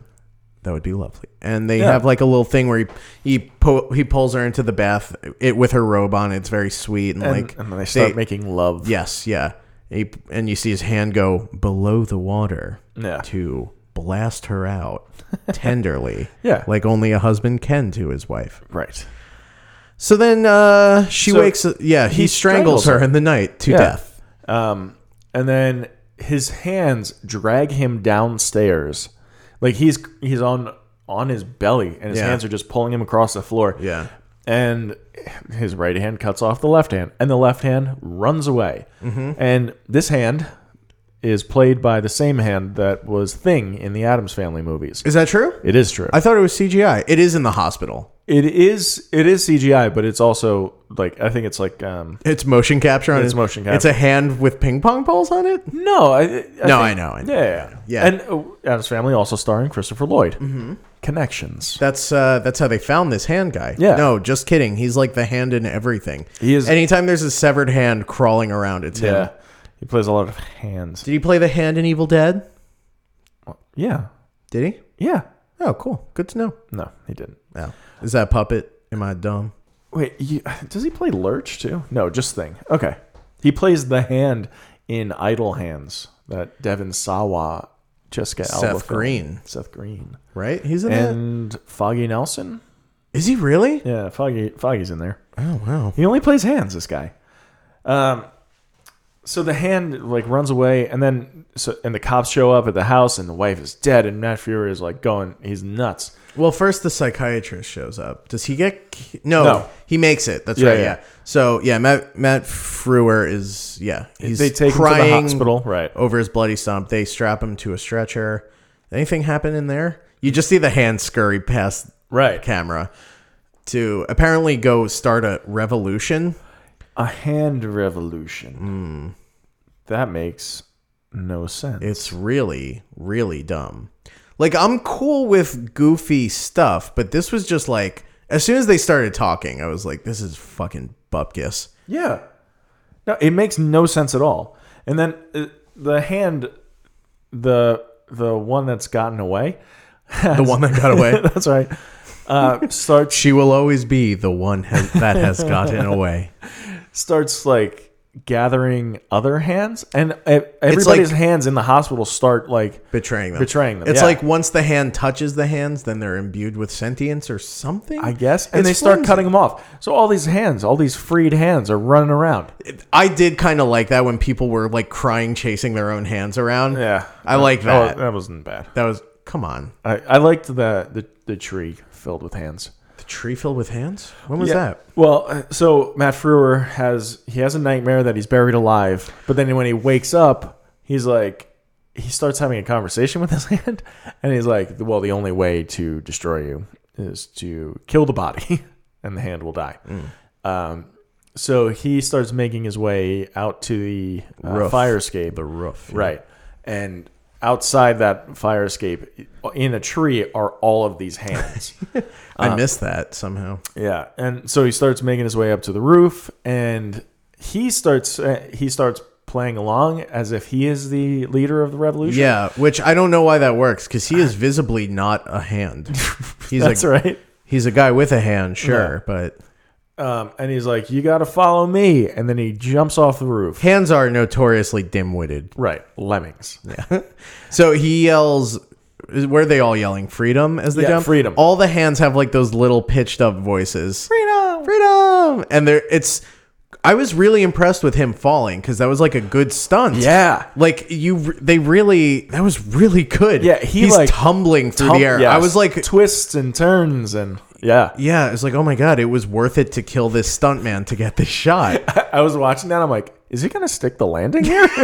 that would be lovely. And they
Yeah.
have like a little thing where he he po- he pulls her into the bath it with her robe on. It's very sweet and,
And-
like
and they start making love.
Yes, yeah. He, and you see his hand go below the water
Yeah.
to blast her out tenderly.
Yeah.
like only a husband can to his wife.
Right.
So then uh, she
So
wakes. Yeah, he, strangles, her in the night to
Yeah.
death.
Um, and then his hands drag him downstairs, like he's he's on on his belly, and his
Yeah.
hands are just pulling him across the floor.
Yeah.
And his right hand cuts off the left hand, and the left hand runs away.
Mhm.
And this hand is played by the same hand that was Thing in the Adams Family movies.
Is that true?
It is true.
I thought it was CGI. It is in the hospital.
It is it is CGI, but it's also like I think it's like um
It's motion capture on
It's
it.
motion
It's a
capture.
hand with ping pong balls on it.
No, I, I
no, I
think-
know, I know.
Yeah, yeah,
Yeah.
And uh, Adam's Family also starring Christopher Lloyd. Mm-hmm. Connections.
That's uh, that's how they found this hand guy.
Yeah.
No, just kidding. He's like the hand in everything.
He is-
Anytime there's a severed hand crawling around, it's
Yeah.
him.
He plays a lot of hands.
Did he play the hand in Evil Dead?
Yeah.
Did
he? Yeah.
Oh, cool. Good to know.
No, he didn't.
No. Is that a puppet? Am I dumb?
Wait, you, does he play Lurch too? No, just Thing. Okay. He plays the hand in Idle Hands that Devin Sawa, Jessica
Seth
Alba. film.
Green.
Seth Green.
Right? He's in that.
And Foggy Nelson.
Is he really?
Yeah, Foggy Foggy's in there.
Oh wow.
He only plays hands, this guy. Um so the hand like runs away and then so and the cops show up at the house and the wife is dead and Matt Fury is like going he's nuts.
Well, first the psychiatrist shows up. Does he get? ki- No,
No.
he makes it. That's
Yeah,
right.
yeah.
Yeah. So yeah, Matt Matt Frewer is yeah. He's
They take him to the
crying Oh.
hospital, right.
over his bloody stump. They strap him to a stretcher. Anything happen in there? You just see the hand scurry past
right
camera to apparently go start a revolution.
A hand revolution. That makes no sense.
Hmm. It's really really dumb. Like I'm cool with goofy stuff, but this was just like as soon as they started talking, I was like, this is fucking bupkis.
Yeah. No, it makes no sense at all. And then uh, the hand, the the one that's gotten away,
The one that got away.
that's right. Uh, starts.
She will always be the one has, that has gotten away.
starts like gathering other hands, and uh, everybody's hands in the hospital start like
betraying them.
Betraying them.
It's
yeah.
like once the hand touches the hands, then they're imbued with sentience or something.
I guess, and
It's
they start
flimsy.
cutting them off. So all these hands, all these freed hands, are running around.
I did kind of like that when people were like crying, chasing their own hands around.
Yeah,
I like that.
That wasn't bad.
That was come on.
I, I liked the, the the tree filled with hands.
The tree filled with hands. When was
Yeah.
that?
Well, uh, so Matt Frewer has he has a nightmare that he's buried alive, but then when he wakes up, he's like he starts having a conversation with his hand, and he's like, "Well, the only way to destroy you is to kill the body." and the hand will die.
Mm.
Um, so he starts making his way out to the uh,
Roof.
fire escape. The
roof. yeah.
Right. And outside that fire escape, in a tree, are all of these hands.
I
Uh,
missed that somehow.
Yeah, and so he starts making his way up to the roof, and he starts uh, he starts playing along as if he is the leader of the revolution.
Yeah, which I don't know why that works because he is visibly not a hand. He's
That's
a,
right.
He's a guy with a hand, sure, but
Um, and he's like, "You got to follow me," and then he jumps off the roof.
hands are notoriously dim-witted.
Right, lemmings. Yeah.
So he yells. is- Where are they all yelling freedom as they
Yeah,
jump?
freedom.
All the hands have like those little pitched up voices.
Freedom.
Freedom. And there, it's. I was really impressed with him falling because that was like a good stunt.
Yeah.
like you. They really. That was really good.
Yeah, he,
he's
like,
tumbling through
tum-
the air.
yes.
I was like
twists and turns and yeah,
yeah. It's like oh my god, it was worth it to kill this stuntman to get this shot.
I was watching that. I'm like, "Is he gonna stick the landing here?"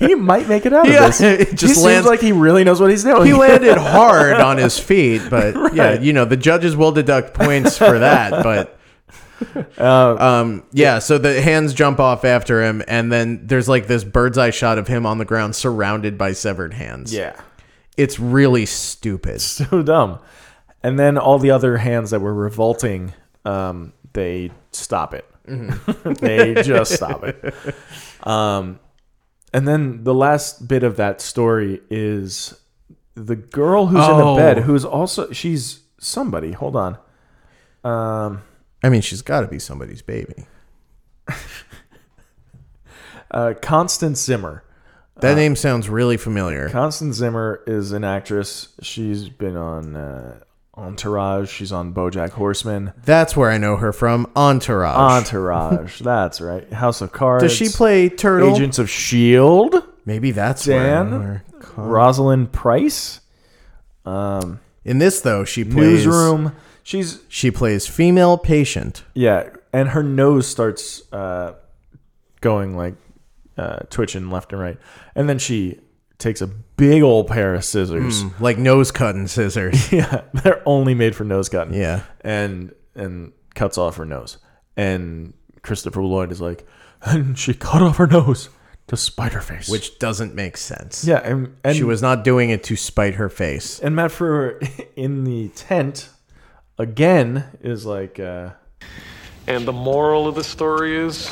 he might make it out
Yeah,
of this.
it
He
just
seems
lands-
like he really knows what he's doing.
he landed hard on his feet, but yeah, you know the judges will deduct points for that. But
Uh,
um, yeah, so the hands jump off after him, and then there's like this bird's eye shot of him on the ground surrounded by severed hands.
Yeah.
it's really stupid.
so dumb. And then all the other hands that were revolting, um, they stop it.
Mm-hmm.
they just stop it. Um, and then the last bit of that story is the girl who's in
Oh.
the bed, who's also she's somebody. Hold on. Um,
I mean, she's got to be somebody's baby.
uh, Constance Zimmer. Uh,
That name sounds really familiar.
Constance Zimmer is an actress. She's been on uh, Entourage. She's on BoJack Horseman.
That's where I know her from. Entourage.
Entourage. That's right. House of Cards.
Does she play Turtle?
Agents of Shield?
Maybe that's
Dan?
where. I know her.
Rosalind Price. Um,
In this though, she plays
newsroom. She's
She plays female patient.
yeah, and her nose starts uh, going like uh, twitching left and right, and then she takes a big old pair of scissors.
Mm, like nose cutting scissors.
Yeah, they're only made for nose cutting.
Yeah.
and and cuts off her nose. And Christopher Lloyd is like, and she cut off her nose to spite her face,
which doesn't make sense.
yeah, and, and
she was not doing it to spite her face.
And Matt Frewer in the tent again is like, uh,
And the moral of the story is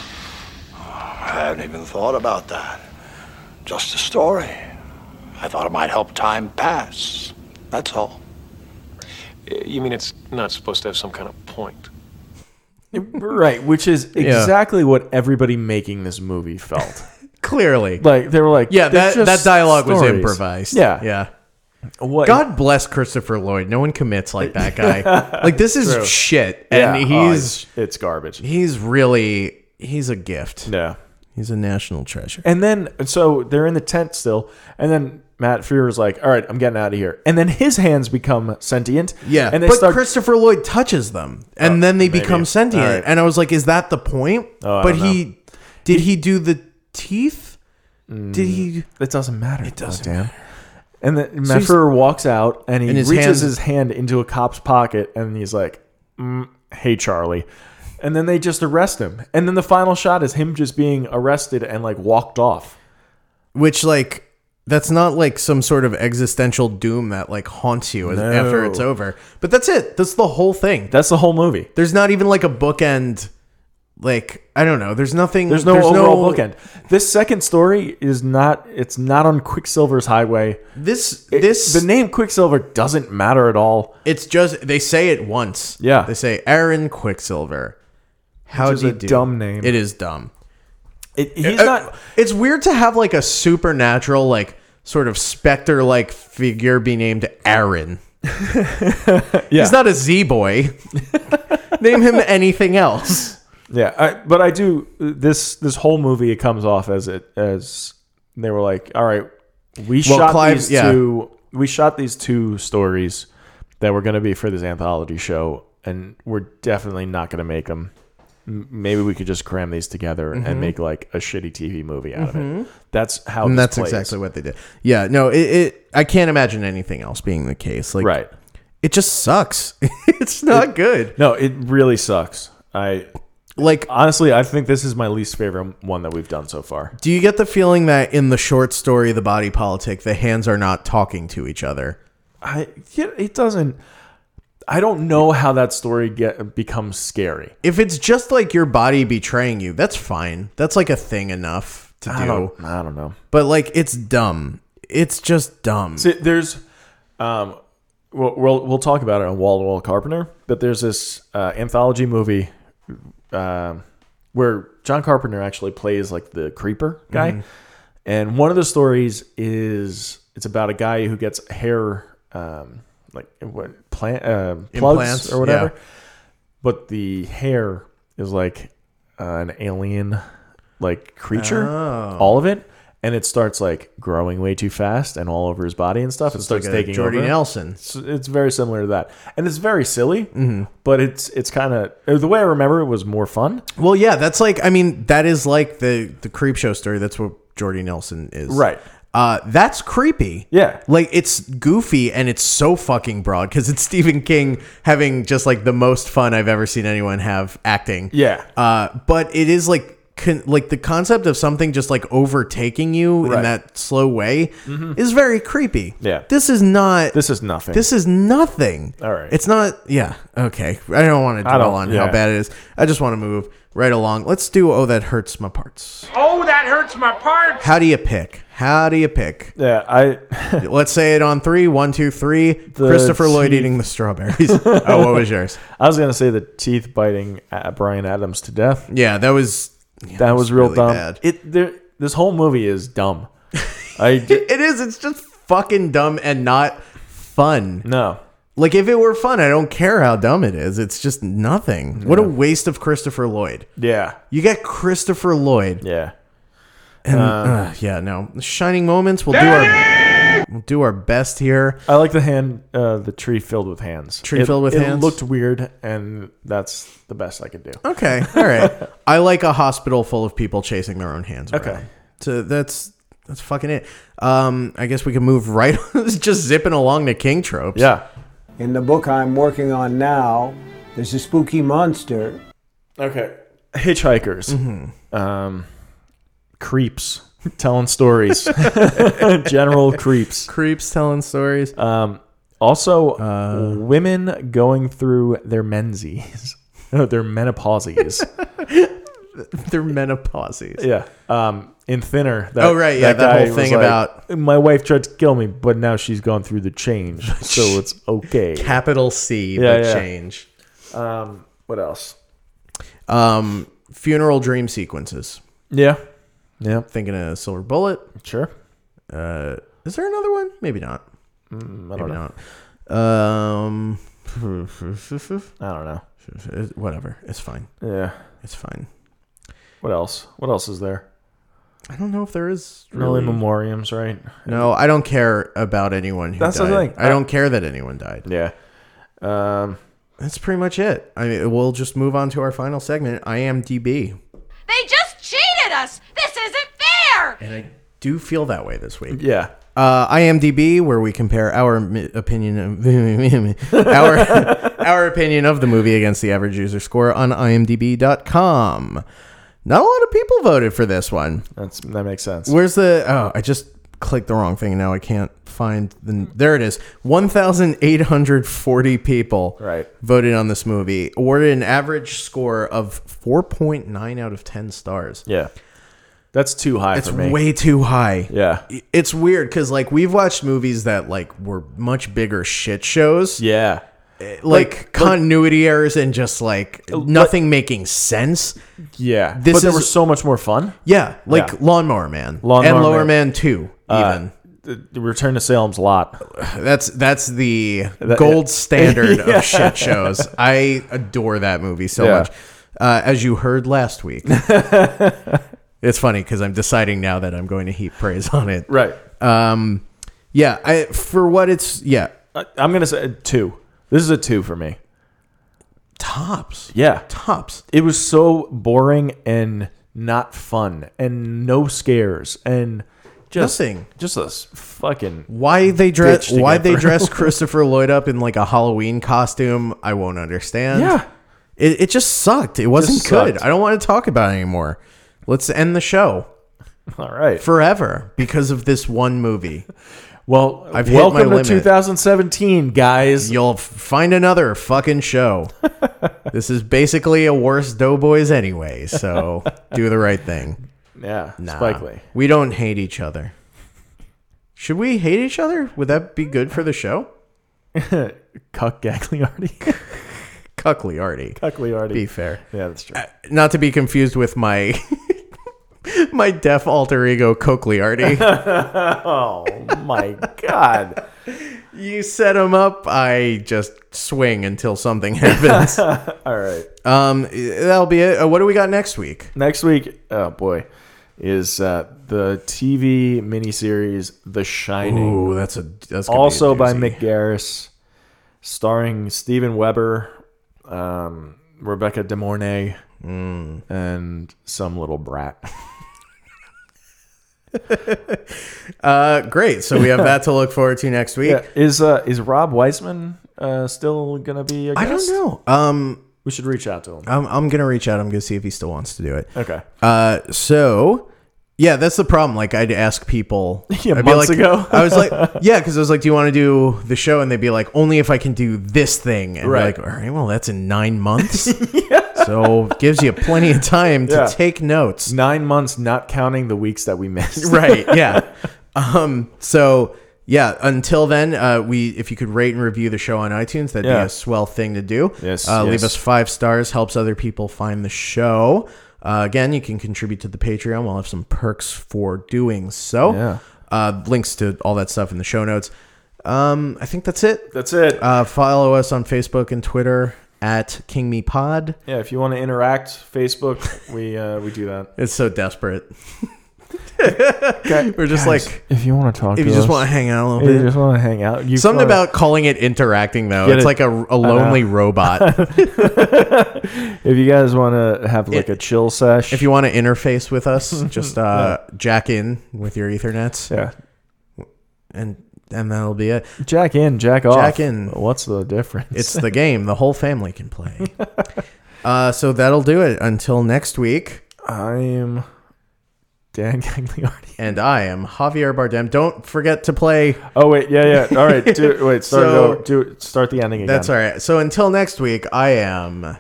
I haven't even thought about that. Just a story. I thought it might help time pass. That's all.
eh, you mean it's not supposed to have some kind of point?
right, which is
Yeah.
exactly what everybody making this movie felt.
Clearly.
like they were like,
yeah,
"They're
that, that
just
dialogue was
stories."
improvised.
Yeah,
Yeah.
What?
God bless Christopher Lloyd. No one commits like that guy. like this is
True.
shit.
Yeah,
And
oh,
he's
it's, it's garbage.
he's really he's a gift.
Yeah.
He's a national treasure.
And then, so they're in the tent still, and then Matt Frewer's like, "All right, I'm getting out of here." And then his hands become sentient.
Yeah.
and they
but
start. Oh,
Christopher Lloyd touches them and then they
maybe.
become sentient.
All right.
And I was like, is that the point?
Oh, I
but
don't know. Mm.
he did he do the teeth? Did he
it doesn't matter. It
doesn't
And then
So
Matt
he's-
Frewer walks out, and he
And his
reaches
hands-
his hand into a cop's pocket, and he's like, mm, "Hey, Charlie." And then they just arrest him. And then the final shot is him just being arrested and like walked off.
which like that's not like some sort of existential doom that like haunts you as-
No.
after it's over. But that's it. That's the whole thing.
That's the whole movie.
There's not even like a bookend. Like I don't know. There's nothing.
There's no overall bookend. This second story is not. It's not on Quicksilver's highway.
This
It-
this
the name Quicksilver doesn't matter at all.
It's just they say it once.
Yeah.
They say Aaron Quicksilver. How
is
do you
a
do?
dumb name.
It is dumb.
It, he's
Uh,
not.
It's weird to have like a supernatural like sort of specter like figure be named Aaron.
Yeah.
He's not a Z boy. Name him anything else.
Yeah, I, but I do this. This whole movie it comes off as it as they were like, all right, we
Well,
shot
Clive-
these
yeah.
two. We shot these two stories that were going to be for this anthology show, and we're definitely not going to make them. M- Maybe we could just cram these together
Mhm.
and make like a shitty TV movie out of
Mhm.
it. That's how.
and
this
that's
plays.
exactly what they did. Yeah, no, it, it I can't imagine anything else being the case. Like
Right.
It just sucks. it's not good.
No, it really sucks. I
like
honestly, I think this is my least favorite one that we've done so far.
Do you get the feeling that in the short story, The Body Politic, the hands are not talking to each other?
I yeah, it doesn't. I don't know how that story get becomes scary.
If it's just like your body betraying you, that's fine. That's like a thing enough to
I
do.
don't, I don't know.
But like, it's dumb. It's just dumb.
See, there's, um, we'll, we'll we'll talk about it on Wall to Wall Carpenter, but there's this uh, anthology movie, um, where John Carpenter actually plays like the creeper guy,
Mhm.
and one of the stories is it's about a guy who gets hair, um, like what plant uh, plugs
Implants,
or whatever,
yeah.
but the hair is like uh, an alien like creature,
Oh.
all of it. And it starts like growing way too fast and all over his body and stuff. it
it's
starts
like a
taking
Jordy
over.
Nelson.
It's, it's very similar to that, and it's very silly.
Mm-hmm.
But it's it's kind of the way I remember it was more fun.
Well, yeah, that's like I mean that is like the the creep show story. That's what Jordy Nelson is,
Right.
Uh, that's creepy.
Yeah.
like it's goofy and it's so fucking broad because it's Stephen King having just like the most fun I've ever seen anyone have acting.
Yeah.
uh, but it is like. Con- like the concept of something just like overtaking you in
Right.
that slow way
Mhm.
is very creepy.
Yeah.
This is not
This is nothing.
This is nothing.
All right.
It's not yeah, okay. I don't want to
I
dwell
don't-
on
yeah.
how bad it is. I just want to move right along. Let's do Oh That Hurts My Parts.
Oh, that hurts my part.
How do you pick? How do you pick?
Yeah, I
let's say it on three. One, two, three. Christopher Lloyd
teeth.
eating the strawberries. oh, what was yours?
I was gonna say the teeth biting uh, Brian Adams to death.
Yeah, that was
that was real
really
dumb.
bad.
It there, this whole movie is dumb. I d-
It is. It's just fucking dumb and not fun.
No.
Like if it were fun, I don't care how dumb it is. It's just nothing. What a waste of Christopher Lloyd.
yeah
You got Christopher Lloyd.
Yeah.
And
Uh,
uh, yeah, no. Shining moments. We'll do our we'll do our best here.
I like the hand uh, the tree filled with hands.
Tree
It-
filled with
it
hands?
looked weird, and that's the best I could do.
Okay. All right. I like a hospital full of people chasing their own hands.
Okay.
around. So that's that's fucking it. Um, I guess we can move right. it's just zipping along to King tropes.
Yeah.
In the book I'm working on now, there's a spooky monster.
Okay. Hitchhikers.
Mm-hmm.
Um, creeps telling stories. General creeps.
Creeps telling stories.
Um, also,
Uh.
women going through their menses. No, their menopauses.
They're menopauses.
yeah. Um, in Thinner.
Oh, right, yeah, that whole
guy was
thing about-
My wife tried to kill me, but now she's gone through the change. So it's okay.
Capital C.
Yeah,
the
yeah.
change.
Um, what else?
Um, funeral dream sequences.
Yeah. Yeah. Mm,
Thinking of Silver Bullet.
Sure.
Uh, is there another one? Maybe not.
I don't
Maybe
know.
not. Um,
I don't know.
Whatever. It's fine.
Yeah.
It's fine.
What else? What else is there?
I don't know if there is
No
really.
in memoriams, right?
No, I don't care about anyone who
That's the
died.
thing.
I don't care that anyone died.
Yeah. Um,
That's pretty much it. I mean, we'll just move on to our final segment, IMDb.
They just cheated us! This isn't fair!
And I do feel that way this week.
Yeah.
Uh, IMDb, where we compare our mi- opinion of our our opinion of the movie against the average user score on IMDb.com. Not a lot of people voted for this one.
That's that makes sense.
Where's the? Oh, I just clicked the wrong thing. and Now I can't find the. There it is. One thousand eight hundred forty people
Right.
voted on this movie, awarded an average score of four point nine out of ten stars.
Yeah. That's too high
It's
for me.
way too high.
Yeah.
It's weird because like we've watched movies that like were much bigger shit shows.
Yeah.
Like, continuity errors and just like
Uh,
nothing making sense.
Yeah.
This
but they
is-
were so much more fun.
Yeah, like
Yeah.
Lawnmower Man,
Lawnmower
and Lower
Man.
Man, Two,
Uh,
even.
the- the Return to Salem's Lot.
That's that's the
That-
gold standard
Yeah.
of shit shows. I adore that movie so
Yeah.
much. Uh, as you heard last week, it's funny because I'm deciding now that I'm going to heap praise on it.
Right.
Um, yeah. I for what it's yeah
I, I'm gonna say a two. This is a two for me.
tops
Yeah.
tops.
It was so boring and not fun and no scares and Just,
Nothing.
Just a s- fucking.
Why they dress?
bitch to
Why
get
they
through.
dress Christopher Lloyd up in like a Halloween costume? I won't understand.
Yeah.
it, it just sucked. It wasn't
Just
good.
sucked.
I don't want to talk about it anymore. Let's end the show
All right.
forever because of this one movie.
Well,
I've hit
welcome
my
to
limit.
2017, guys.
You'll f- find another fucking show. this is basically a worse Doughboys anyway. So do the right thing.
Yeah,
Nah,
Spike Lee.
we don't hate each other. Should we hate each other? Would that be good for the show?
Cuck Gagliardi.
Cuckliarty.
Cuck Liardi.
Be fair.
Yeah, that's
Uh,
true.
Not to be confused with my my deaf alter ego Cochliarty.
oh my god.
you set him up, I just swing until something happens.
All right.
um that'll be it. Uh, what do we got next week?
Next week, oh boy, is uh, the TV miniseries The Shining.
Ooh, that's a that's gonna be a
also by
doozy.
Mick Garris, starring Steven Weber, um, Rebecca De Mornay,
Mm.
and some little brat.
Uh great. So we have that to look forward to next week.
Yeah, Is uh, is Rob Weisman uh, still gonna be? A guest?
I don't know. Um
We should reach out to him.
I'm, I'm gonna reach out. I'm gonna see if he still wants to do it.
Okay.
Uh, so yeah, that's the problem. Like I'd ask people.
Yeah,
I'd
months
like,
ago.
I was like, yeah, because I was like, do you want to do the show? And they'd be like, only if I can do this thing. And
Right.
right. like, all right, well, that's in nine months. So gives you plenty of time to
Yeah.
take notes.
Nine months, not counting the weeks that we missed.
right yeah um so yeah until then uh we if you could rate and review the show on itunes that'd
Yeah.
be a swell thing to do
Yes,
uh, leave
yes.
us five stars helps other people find the show uh, again you can contribute to the patreon we'll have some perks for doing so
Yeah.
uh links to all that stuff in the show notes um i think that's it
That's it.
uh follow us on facebook and twitter at king me pod
yeah, if you want to interact, Facebook, we uh, we do that.
it's so desperate we're just like
if you want to talk,
if you just want to hang out a little
If
bit
you just want to hang out. You
Something
wanna-
about calling it interacting though.
Get
It's
it.
like a, a lonely robot.
if you guys want to have like a chill sesh.
if you want to interface with us, just uh, jack in with your Ethernets,
yeah,
and and that'll be it.
jack in, jack off.
Jack in.
What's the difference?
It's the game the whole family can play. uh, so that'll do it. Until next week.
I'm Dan Gagliardi.
And I am Javier Bardem. Don't forget to play.
Oh wait, yeah, yeah. All right, do, wait. Start it
So-
over. Do it- start the ending again.
That's all right. So until next week, I am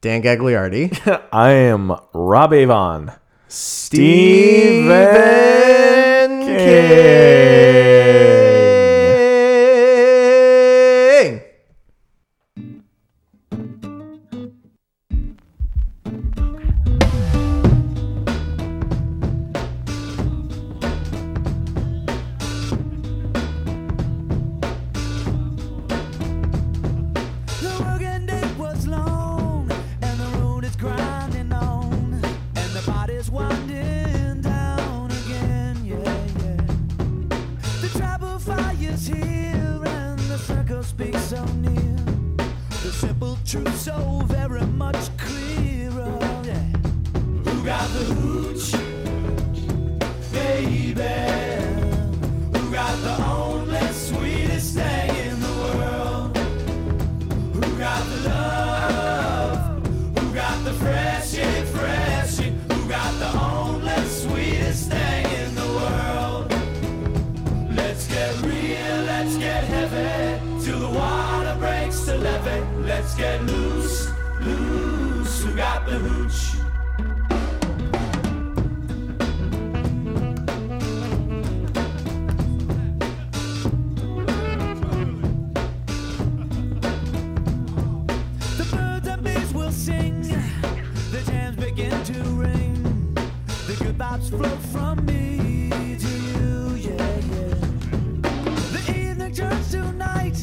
Dan Gagliardi.
I am Rob Avon.
Stephen King.
The working day was long, and the road is grinding on, and the body's winding down again, yeah, yeah. The tribal fire's here, and the circle speaks so near. The simple truth so very much clearer, yeah. Who got the hooch, baby? Who got the only sweetest thing in the world? Who got the love? Who got the freshie, freshie? Who got the only sweetest thing in the world? Let's get real, let's get heavy, till the water breaks the levee. Let's get loose, loose. Who got the hooch? The birds and bees will sing. The jams begin to ring. The good vibes flow from me to you, yeah, yeah. The evening turns to night,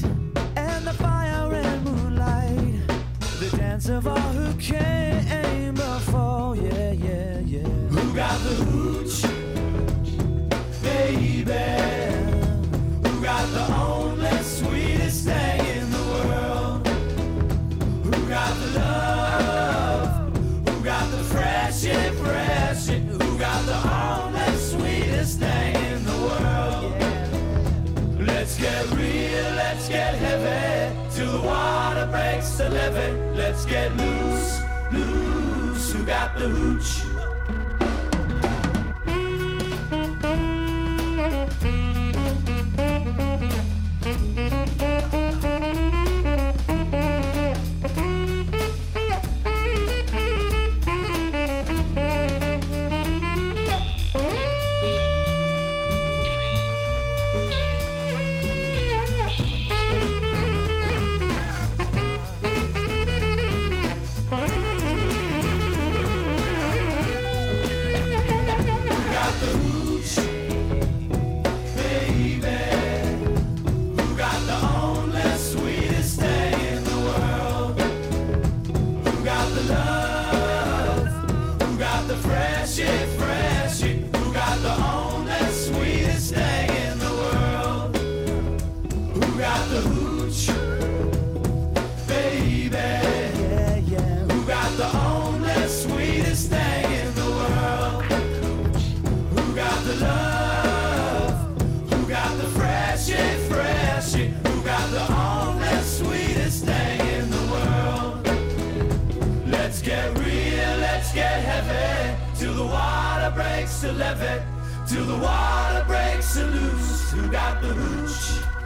and the fire and moonlight. The dance of all who came before, yeah, yeah, yeah. Who got the hooch, baby? Who got the only sweetest thing in the world? Who got the love? Who got the fresh impression? Who got the only sweetest thing in the
the levee, let's get loose, loose. Who got the hooch? Who got the hooch? Baby. Who got the only sweetest thing in the world? Who got the love? Who got the freshie, freshie? Who got the only sweetest thing in the world? Who got the hooch? Baby. Who got the only sweetest thing in the world? Who got the love? Who got the freshest, freshest? Who got the only sweetest thing in the world? Let's get real, let's get heavy. Till the water breaks the levee. Till the water breaks the loose. Who got the hooch?